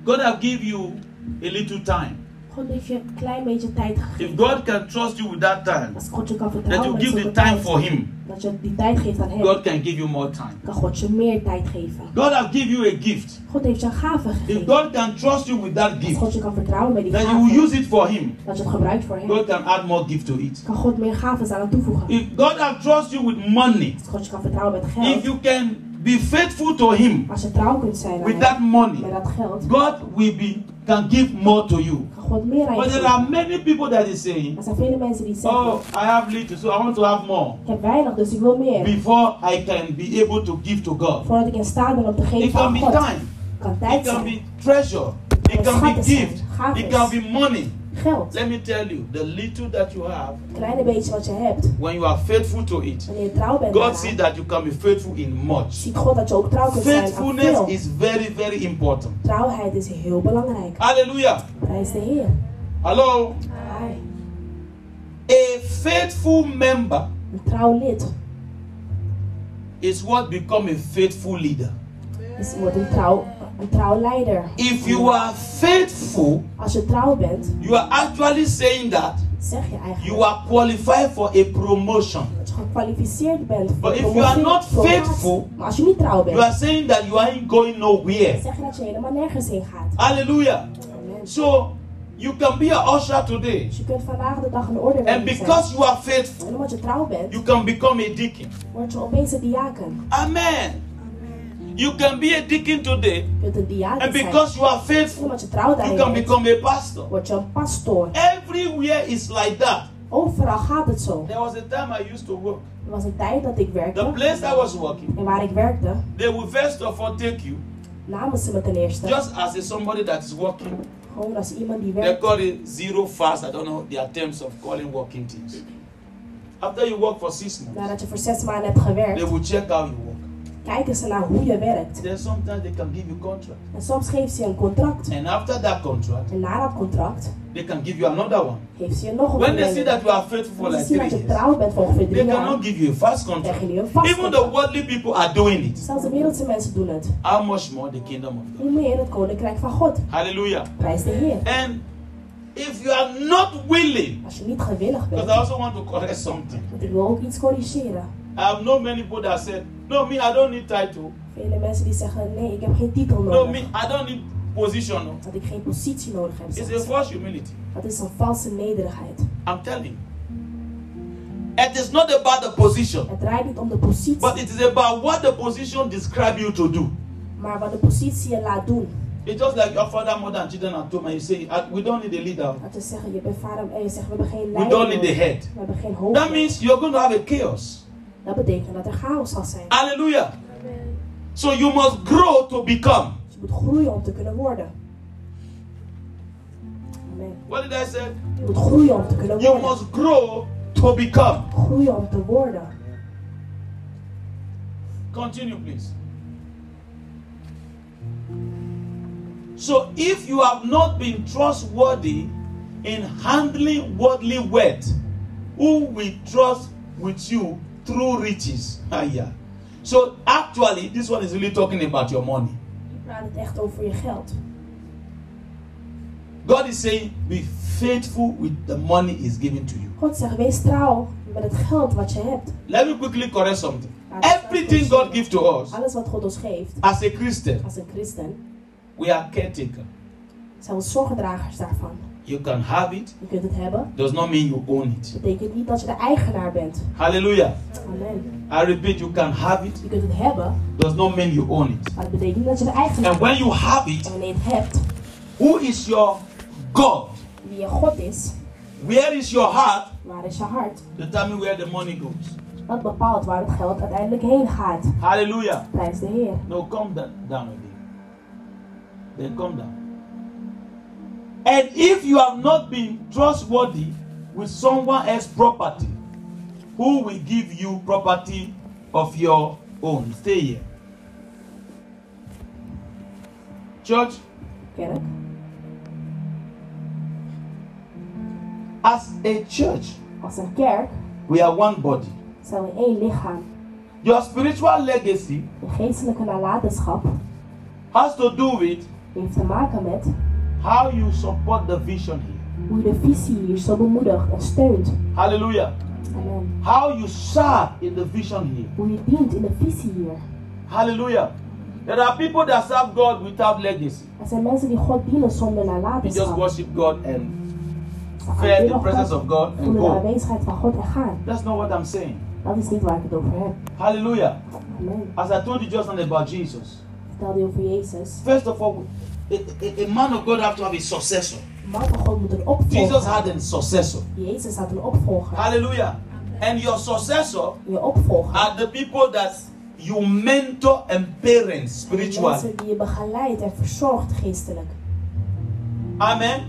Speaker 1: God have give you a little time.
Speaker 3: God heeft je een klein beetje tijd
Speaker 1: If
Speaker 3: gegeven.
Speaker 1: God can trust you with that time,
Speaker 3: Als God je kan
Speaker 1: that
Speaker 3: vertrouwen
Speaker 1: you
Speaker 3: met
Speaker 1: give
Speaker 3: zulke
Speaker 1: the time
Speaker 3: tijd,
Speaker 1: for Him,
Speaker 3: dat je die tijd geeft aan hem,
Speaker 1: God can give you more time.
Speaker 3: kan God je meer tijd geven.
Speaker 1: God has give you a gift.
Speaker 3: God heeft je een gave
Speaker 1: If
Speaker 3: gegeven.
Speaker 1: God can trust you with that
Speaker 3: Als
Speaker 1: gift,
Speaker 3: God je kan vertrouwen met die
Speaker 1: then you will
Speaker 3: gave,
Speaker 1: use it for Him.
Speaker 3: dat je het gebruikt voor hem,
Speaker 1: God can add more gift to it.
Speaker 3: kan God meer gaven aan hem toevoegen.
Speaker 1: If God has trust you with money,
Speaker 3: Als God je kan vertrouwen met
Speaker 1: if
Speaker 3: geld,
Speaker 1: you can be faithful to Him
Speaker 3: als je trouw kunt zijn aan
Speaker 1: with
Speaker 3: hem,
Speaker 1: that money,
Speaker 3: met dat geld,
Speaker 1: God will be can give more to you.
Speaker 3: kan God meer aan je
Speaker 1: But there
Speaker 3: geven.
Speaker 1: are many people that is saying,
Speaker 3: Er zijn vele mensen die zeggen,
Speaker 1: "Oh, I have little, so I want to have more
Speaker 3: ik heb weinig, dus ik wil meer.
Speaker 1: before I can be able to give to God."
Speaker 3: Voordat ik in staat ben om te
Speaker 1: It
Speaker 3: geven
Speaker 1: can
Speaker 3: aan
Speaker 1: be
Speaker 3: God.
Speaker 1: time,
Speaker 3: kan
Speaker 1: it
Speaker 3: tijd
Speaker 1: can
Speaker 3: zijn,
Speaker 1: be treasure, it can be gift, it can be money.
Speaker 3: geld,
Speaker 1: Let me tell you, the little that you have,
Speaker 3: het kleine beetje wat je hebt.
Speaker 1: when you are faithful to it,
Speaker 3: Wanneer je trouw bent,
Speaker 1: God
Speaker 3: daaraan,
Speaker 1: sees that you can be faithful in much.
Speaker 3: ziet God dat je ook trouw kunt zijn aan veel.
Speaker 1: Faithfulness is very, very important.
Speaker 3: Trouwheid is heel belangrijk.
Speaker 1: Hallelujah.
Speaker 3: Prijs de Heer.
Speaker 1: Hello.
Speaker 3: Ai.
Speaker 1: A faithful member
Speaker 3: Een trouw lid
Speaker 1: is what become a faithful leader.
Speaker 3: is, wordt een trouw, een trouw leider.
Speaker 1: If you are faithful,
Speaker 3: Als je trouw bent,
Speaker 1: you are actually saying that
Speaker 3: zeg je eigenlijk
Speaker 1: you are qualified for a promotion.
Speaker 3: dat je gekwalificeerd bent voor
Speaker 1: But if you
Speaker 3: promotie,
Speaker 1: are not
Speaker 3: voor plaats.
Speaker 1: faithful,
Speaker 3: maar als je niet trouw bent,
Speaker 1: You are saying that you ain't going nowhere.
Speaker 3: zeg je dat je helemaal nergens heen
Speaker 1: Ah.
Speaker 3: gaat.
Speaker 1: Hallelujah.
Speaker 3: Amen.
Speaker 1: So you can be an usher today,
Speaker 3: Dus je kunt vandaag de dag een orde
Speaker 1: and because you are faithful,
Speaker 3: en omdat je trouw bent,
Speaker 1: you can become a deacon.
Speaker 3: word je opeens een diaken.
Speaker 1: Amen. You can be a deacon today,
Speaker 3: Je kunt een diaken
Speaker 1: and
Speaker 3: zijn.
Speaker 1: because you are
Speaker 3: En
Speaker 1: faithful,
Speaker 3: omdat je trouw
Speaker 1: you
Speaker 3: daarin
Speaker 1: can
Speaker 3: bent,
Speaker 1: become a pastor.
Speaker 3: word je een pastoor.
Speaker 1: Everywhere is like that.
Speaker 3: Overal gaat het zo.
Speaker 1: There was a time I used to work.
Speaker 3: Er was een tijd dat ik
Speaker 1: The
Speaker 3: werkte.
Speaker 1: place I was working,
Speaker 3: En waar ik werkte,
Speaker 1: they will first of all take you
Speaker 3: namen ze me ten eerste.
Speaker 1: just as a somebody that is working.
Speaker 3: Gewoon als iemand die
Speaker 1: They
Speaker 3: werkt.
Speaker 1: call it zero fast. I don't know their terms of calling working things. After you work for six months,
Speaker 3: Nadat je voor zes maanden hebt
Speaker 1: they
Speaker 3: gewerkt,
Speaker 1: will check how you work.
Speaker 3: kijken ze naar hoe je werkt.
Speaker 1: Then sometimes they can give you contract.
Speaker 3: En soms geeft ze je een contract.
Speaker 1: And after that contract,
Speaker 3: En na dat contract
Speaker 1: they can give you another one.
Speaker 3: geeft ze je nog een
Speaker 1: When they
Speaker 3: verlenging.
Speaker 1: see that you are faithful for
Speaker 3: Als ze
Speaker 1: like
Speaker 3: zien
Speaker 1: three
Speaker 3: dat je
Speaker 1: years,
Speaker 3: trouw bent voor ongeveer
Speaker 1: they
Speaker 3: drie jaar,
Speaker 1: cannot give you a fast
Speaker 3: krijgen
Speaker 1: contract.
Speaker 3: jullie een vast
Speaker 1: Even the
Speaker 3: contract.
Speaker 1: worldly people are doing it.
Speaker 3: Zelfs de wereldse mensen doen het.
Speaker 1: How much more the kingdom of God?
Speaker 3: Hoe meer het koninkrijk van God.
Speaker 1: Hallelujah.
Speaker 3: Prijs de Heer.
Speaker 1: And if you are not willing,
Speaker 3: Als je niet gewillig
Speaker 1: because I
Speaker 3: bent,
Speaker 1: also want to correct something.
Speaker 3: want ik wil ook iets corrigeren.
Speaker 1: I have known many people that said, No, me, I don't need title.
Speaker 3: Vele mensen die zeggen, nee, ik heb geen titel
Speaker 1: No, me,
Speaker 3: nodig.
Speaker 1: I don't need position. no.
Speaker 3: Dat ik geen positie nodig heb.
Speaker 1: It's
Speaker 3: zeggen
Speaker 1: a
Speaker 3: ze.
Speaker 1: false humility.
Speaker 3: Dat is een valse nederigheid.
Speaker 1: I'm telling you. It is not about the position,
Speaker 3: Het draait niet om de positie,
Speaker 1: but it is about what the position describes you to do.
Speaker 3: maar wat de positie je laat doen.
Speaker 1: It's just like your father, mother, and children at home, and you say, "Ah, We don't need a leader,
Speaker 3: Dat is zeggen, je bent vader en je zegt, we hebben geen
Speaker 1: we
Speaker 3: leider
Speaker 1: don't need
Speaker 3: nodig.
Speaker 1: a head.
Speaker 3: We hebben geen
Speaker 1: That
Speaker 3: hoofd.
Speaker 1: means you're going to have a chaos.
Speaker 3: Dat betekent dat er chaos zal zijn.
Speaker 1: Hallelujah. So you must grow to become.
Speaker 3: Dus je moet groeien om te kunnen worden. Amen.
Speaker 1: What did I say?
Speaker 3: Je moet groeien om te kunnen
Speaker 1: You
Speaker 3: worden.
Speaker 1: must grow to become.
Speaker 3: Groeien om te worden.
Speaker 1: Continue, please. So, if you have not been trustworthy in handling worldly wealth, who will trust with you through riches? Ah, yeah. So, actually, this one is really talking about your money.
Speaker 3: Je praat het echt over je geld.
Speaker 1: God is saying, be faithful with the money is given to you.
Speaker 3: God zegt, wees trouw met het geld wat je hebt.
Speaker 1: Let me quickly correct something. Everything God gives to us
Speaker 3: Alles wat God ons geeft,
Speaker 1: as a Christian,
Speaker 3: als een christen,
Speaker 1: we are caretaker.
Speaker 3: zijn we zorgdragers daarvan.
Speaker 1: You can have it,
Speaker 3: Je kunt het hebben.
Speaker 1: does not mean you own it.
Speaker 3: Dat betekent niet dat je de eigenaar bent.
Speaker 1: Hallelujah.
Speaker 3: Amen.
Speaker 1: I repeat, you can have it,
Speaker 3: Je kunt het hebben,
Speaker 1: does not mean you own it.
Speaker 3: maar dat betekent niet dat je de eigenaar
Speaker 1: And
Speaker 3: bent.
Speaker 1: when you have
Speaker 3: En
Speaker 1: it,
Speaker 3: wanneer je het hebt,
Speaker 1: who is your God?
Speaker 3: wie je God is,
Speaker 1: Where is your heart?
Speaker 3: waar is je hart?
Speaker 1: Determine where the money goes.
Speaker 3: Dat bepaalt waar het geld uiteindelijk heen gaat.
Speaker 1: Hallelujah.
Speaker 3: Prijs de Heer.
Speaker 1: No, come down, down again. Then come down. And if you have not been trustworthy with someone else's property, who will give you property of your own? Stay here. Church,
Speaker 3: Kerk,
Speaker 1: as a church,
Speaker 3: als een kerk
Speaker 1: we are one body.
Speaker 3: zijn we één lichaam.
Speaker 1: Your spiritual legacy
Speaker 3: De geestelijke nalatenschap
Speaker 1: has to do with
Speaker 3: heeft te maken met
Speaker 1: how you support the vision here.
Speaker 3: Hoe de visie zo bemoedigt en steunt.
Speaker 1: Hallelujah.
Speaker 3: Amen.
Speaker 1: How you serve in the vision here.
Speaker 3: Hoe je dient in de visie hier.
Speaker 1: Hallelujah. There are people that serve God without legacy.
Speaker 3: Er zijn mensen die God dienen zonder
Speaker 1: They just
Speaker 3: nalatenschap.
Speaker 1: worship God and
Speaker 3: Ze
Speaker 1: fear the
Speaker 3: aanbidden
Speaker 1: presence
Speaker 3: God,
Speaker 1: of God and
Speaker 3: voelen de
Speaker 1: go.
Speaker 3: aanwezigheid van God en gaan.
Speaker 1: That's not what I'm saying.
Speaker 3: Dat is niet waar ik het over heb.
Speaker 1: Hallelujah.
Speaker 3: Amen.
Speaker 1: As I told you just now about Jesus.
Speaker 3: Ik vertelde je over Jezus.
Speaker 1: First of all, a, a- a man of God has to have a successor.
Speaker 3: Maar van God moet een opvolger.
Speaker 1: Jesus had a successor.
Speaker 3: Jezus had een opvolger.
Speaker 1: Hallelujah. And your successor
Speaker 3: Je opvolger.
Speaker 1: are the people that you mentor and parents spiritually.
Speaker 3: Mensen die je begeleidt en verzorgt geestelijk.
Speaker 1: Amen.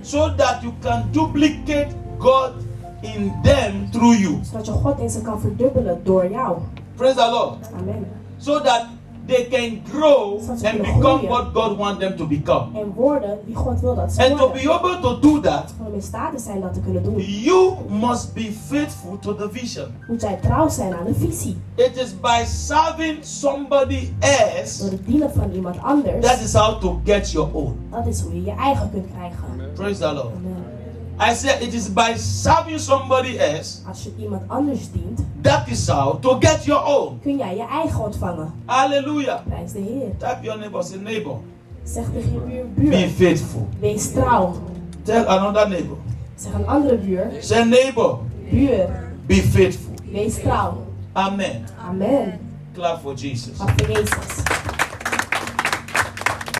Speaker 1: So that you can duplicate God in them through you.
Speaker 3: Zodat je God in ze kan verdubbelen door jou.
Speaker 1: Praise the Lord.
Speaker 3: Amen.
Speaker 1: So that they can grow
Speaker 3: Such
Speaker 1: and
Speaker 3: a
Speaker 1: become
Speaker 3: glory.
Speaker 1: what God wants them to become.
Speaker 3: En worden die God wil dat ze
Speaker 1: And to be
Speaker 3: worden.
Speaker 1: able to do that,
Speaker 3: Om in staat te zijn dat te kunnen doen.
Speaker 1: you must be faithful to the vision.
Speaker 3: Moet jij trouw zijn aan de visie.
Speaker 1: It is by serving somebody
Speaker 3: Door
Speaker 1: else
Speaker 3: het dienen van iemand anders.
Speaker 1: that is how to get your own.
Speaker 3: Dat is hoe je je eigen kunt krijgen.
Speaker 1: Praise the Lord.
Speaker 3: Amen.
Speaker 1: I said it is by serving somebody else
Speaker 3: Als je iemand anders dient,
Speaker 1: that is how to get your own.
Speaker 3: kun jij je eigen ontvangen.
Speaker 1: Hallelujah.
Speaker 3: Prijs de Heer.
Speaker 1: Type your neighbor, say neighbor.
Speaker 3: Zeg tegen je buur,
Speaker 1: Be
Speaker 3: buur.
Speaker 1: faithful.
Speaker 3: Wees trouw.
Speaker 1: Tell another neighbor.
Speaker 3: Zeg een andere buur,
Speaker 1: Say neighbor,
Speaker 3: buur.
Speaker 1: be faithful.
Speaker 3: Wees trouw.
Speaker 1: Amen.
Speaker 3: Amen.
Speaker 1: Clap for Jesus.
Speaker 3: Wat voor Jezus.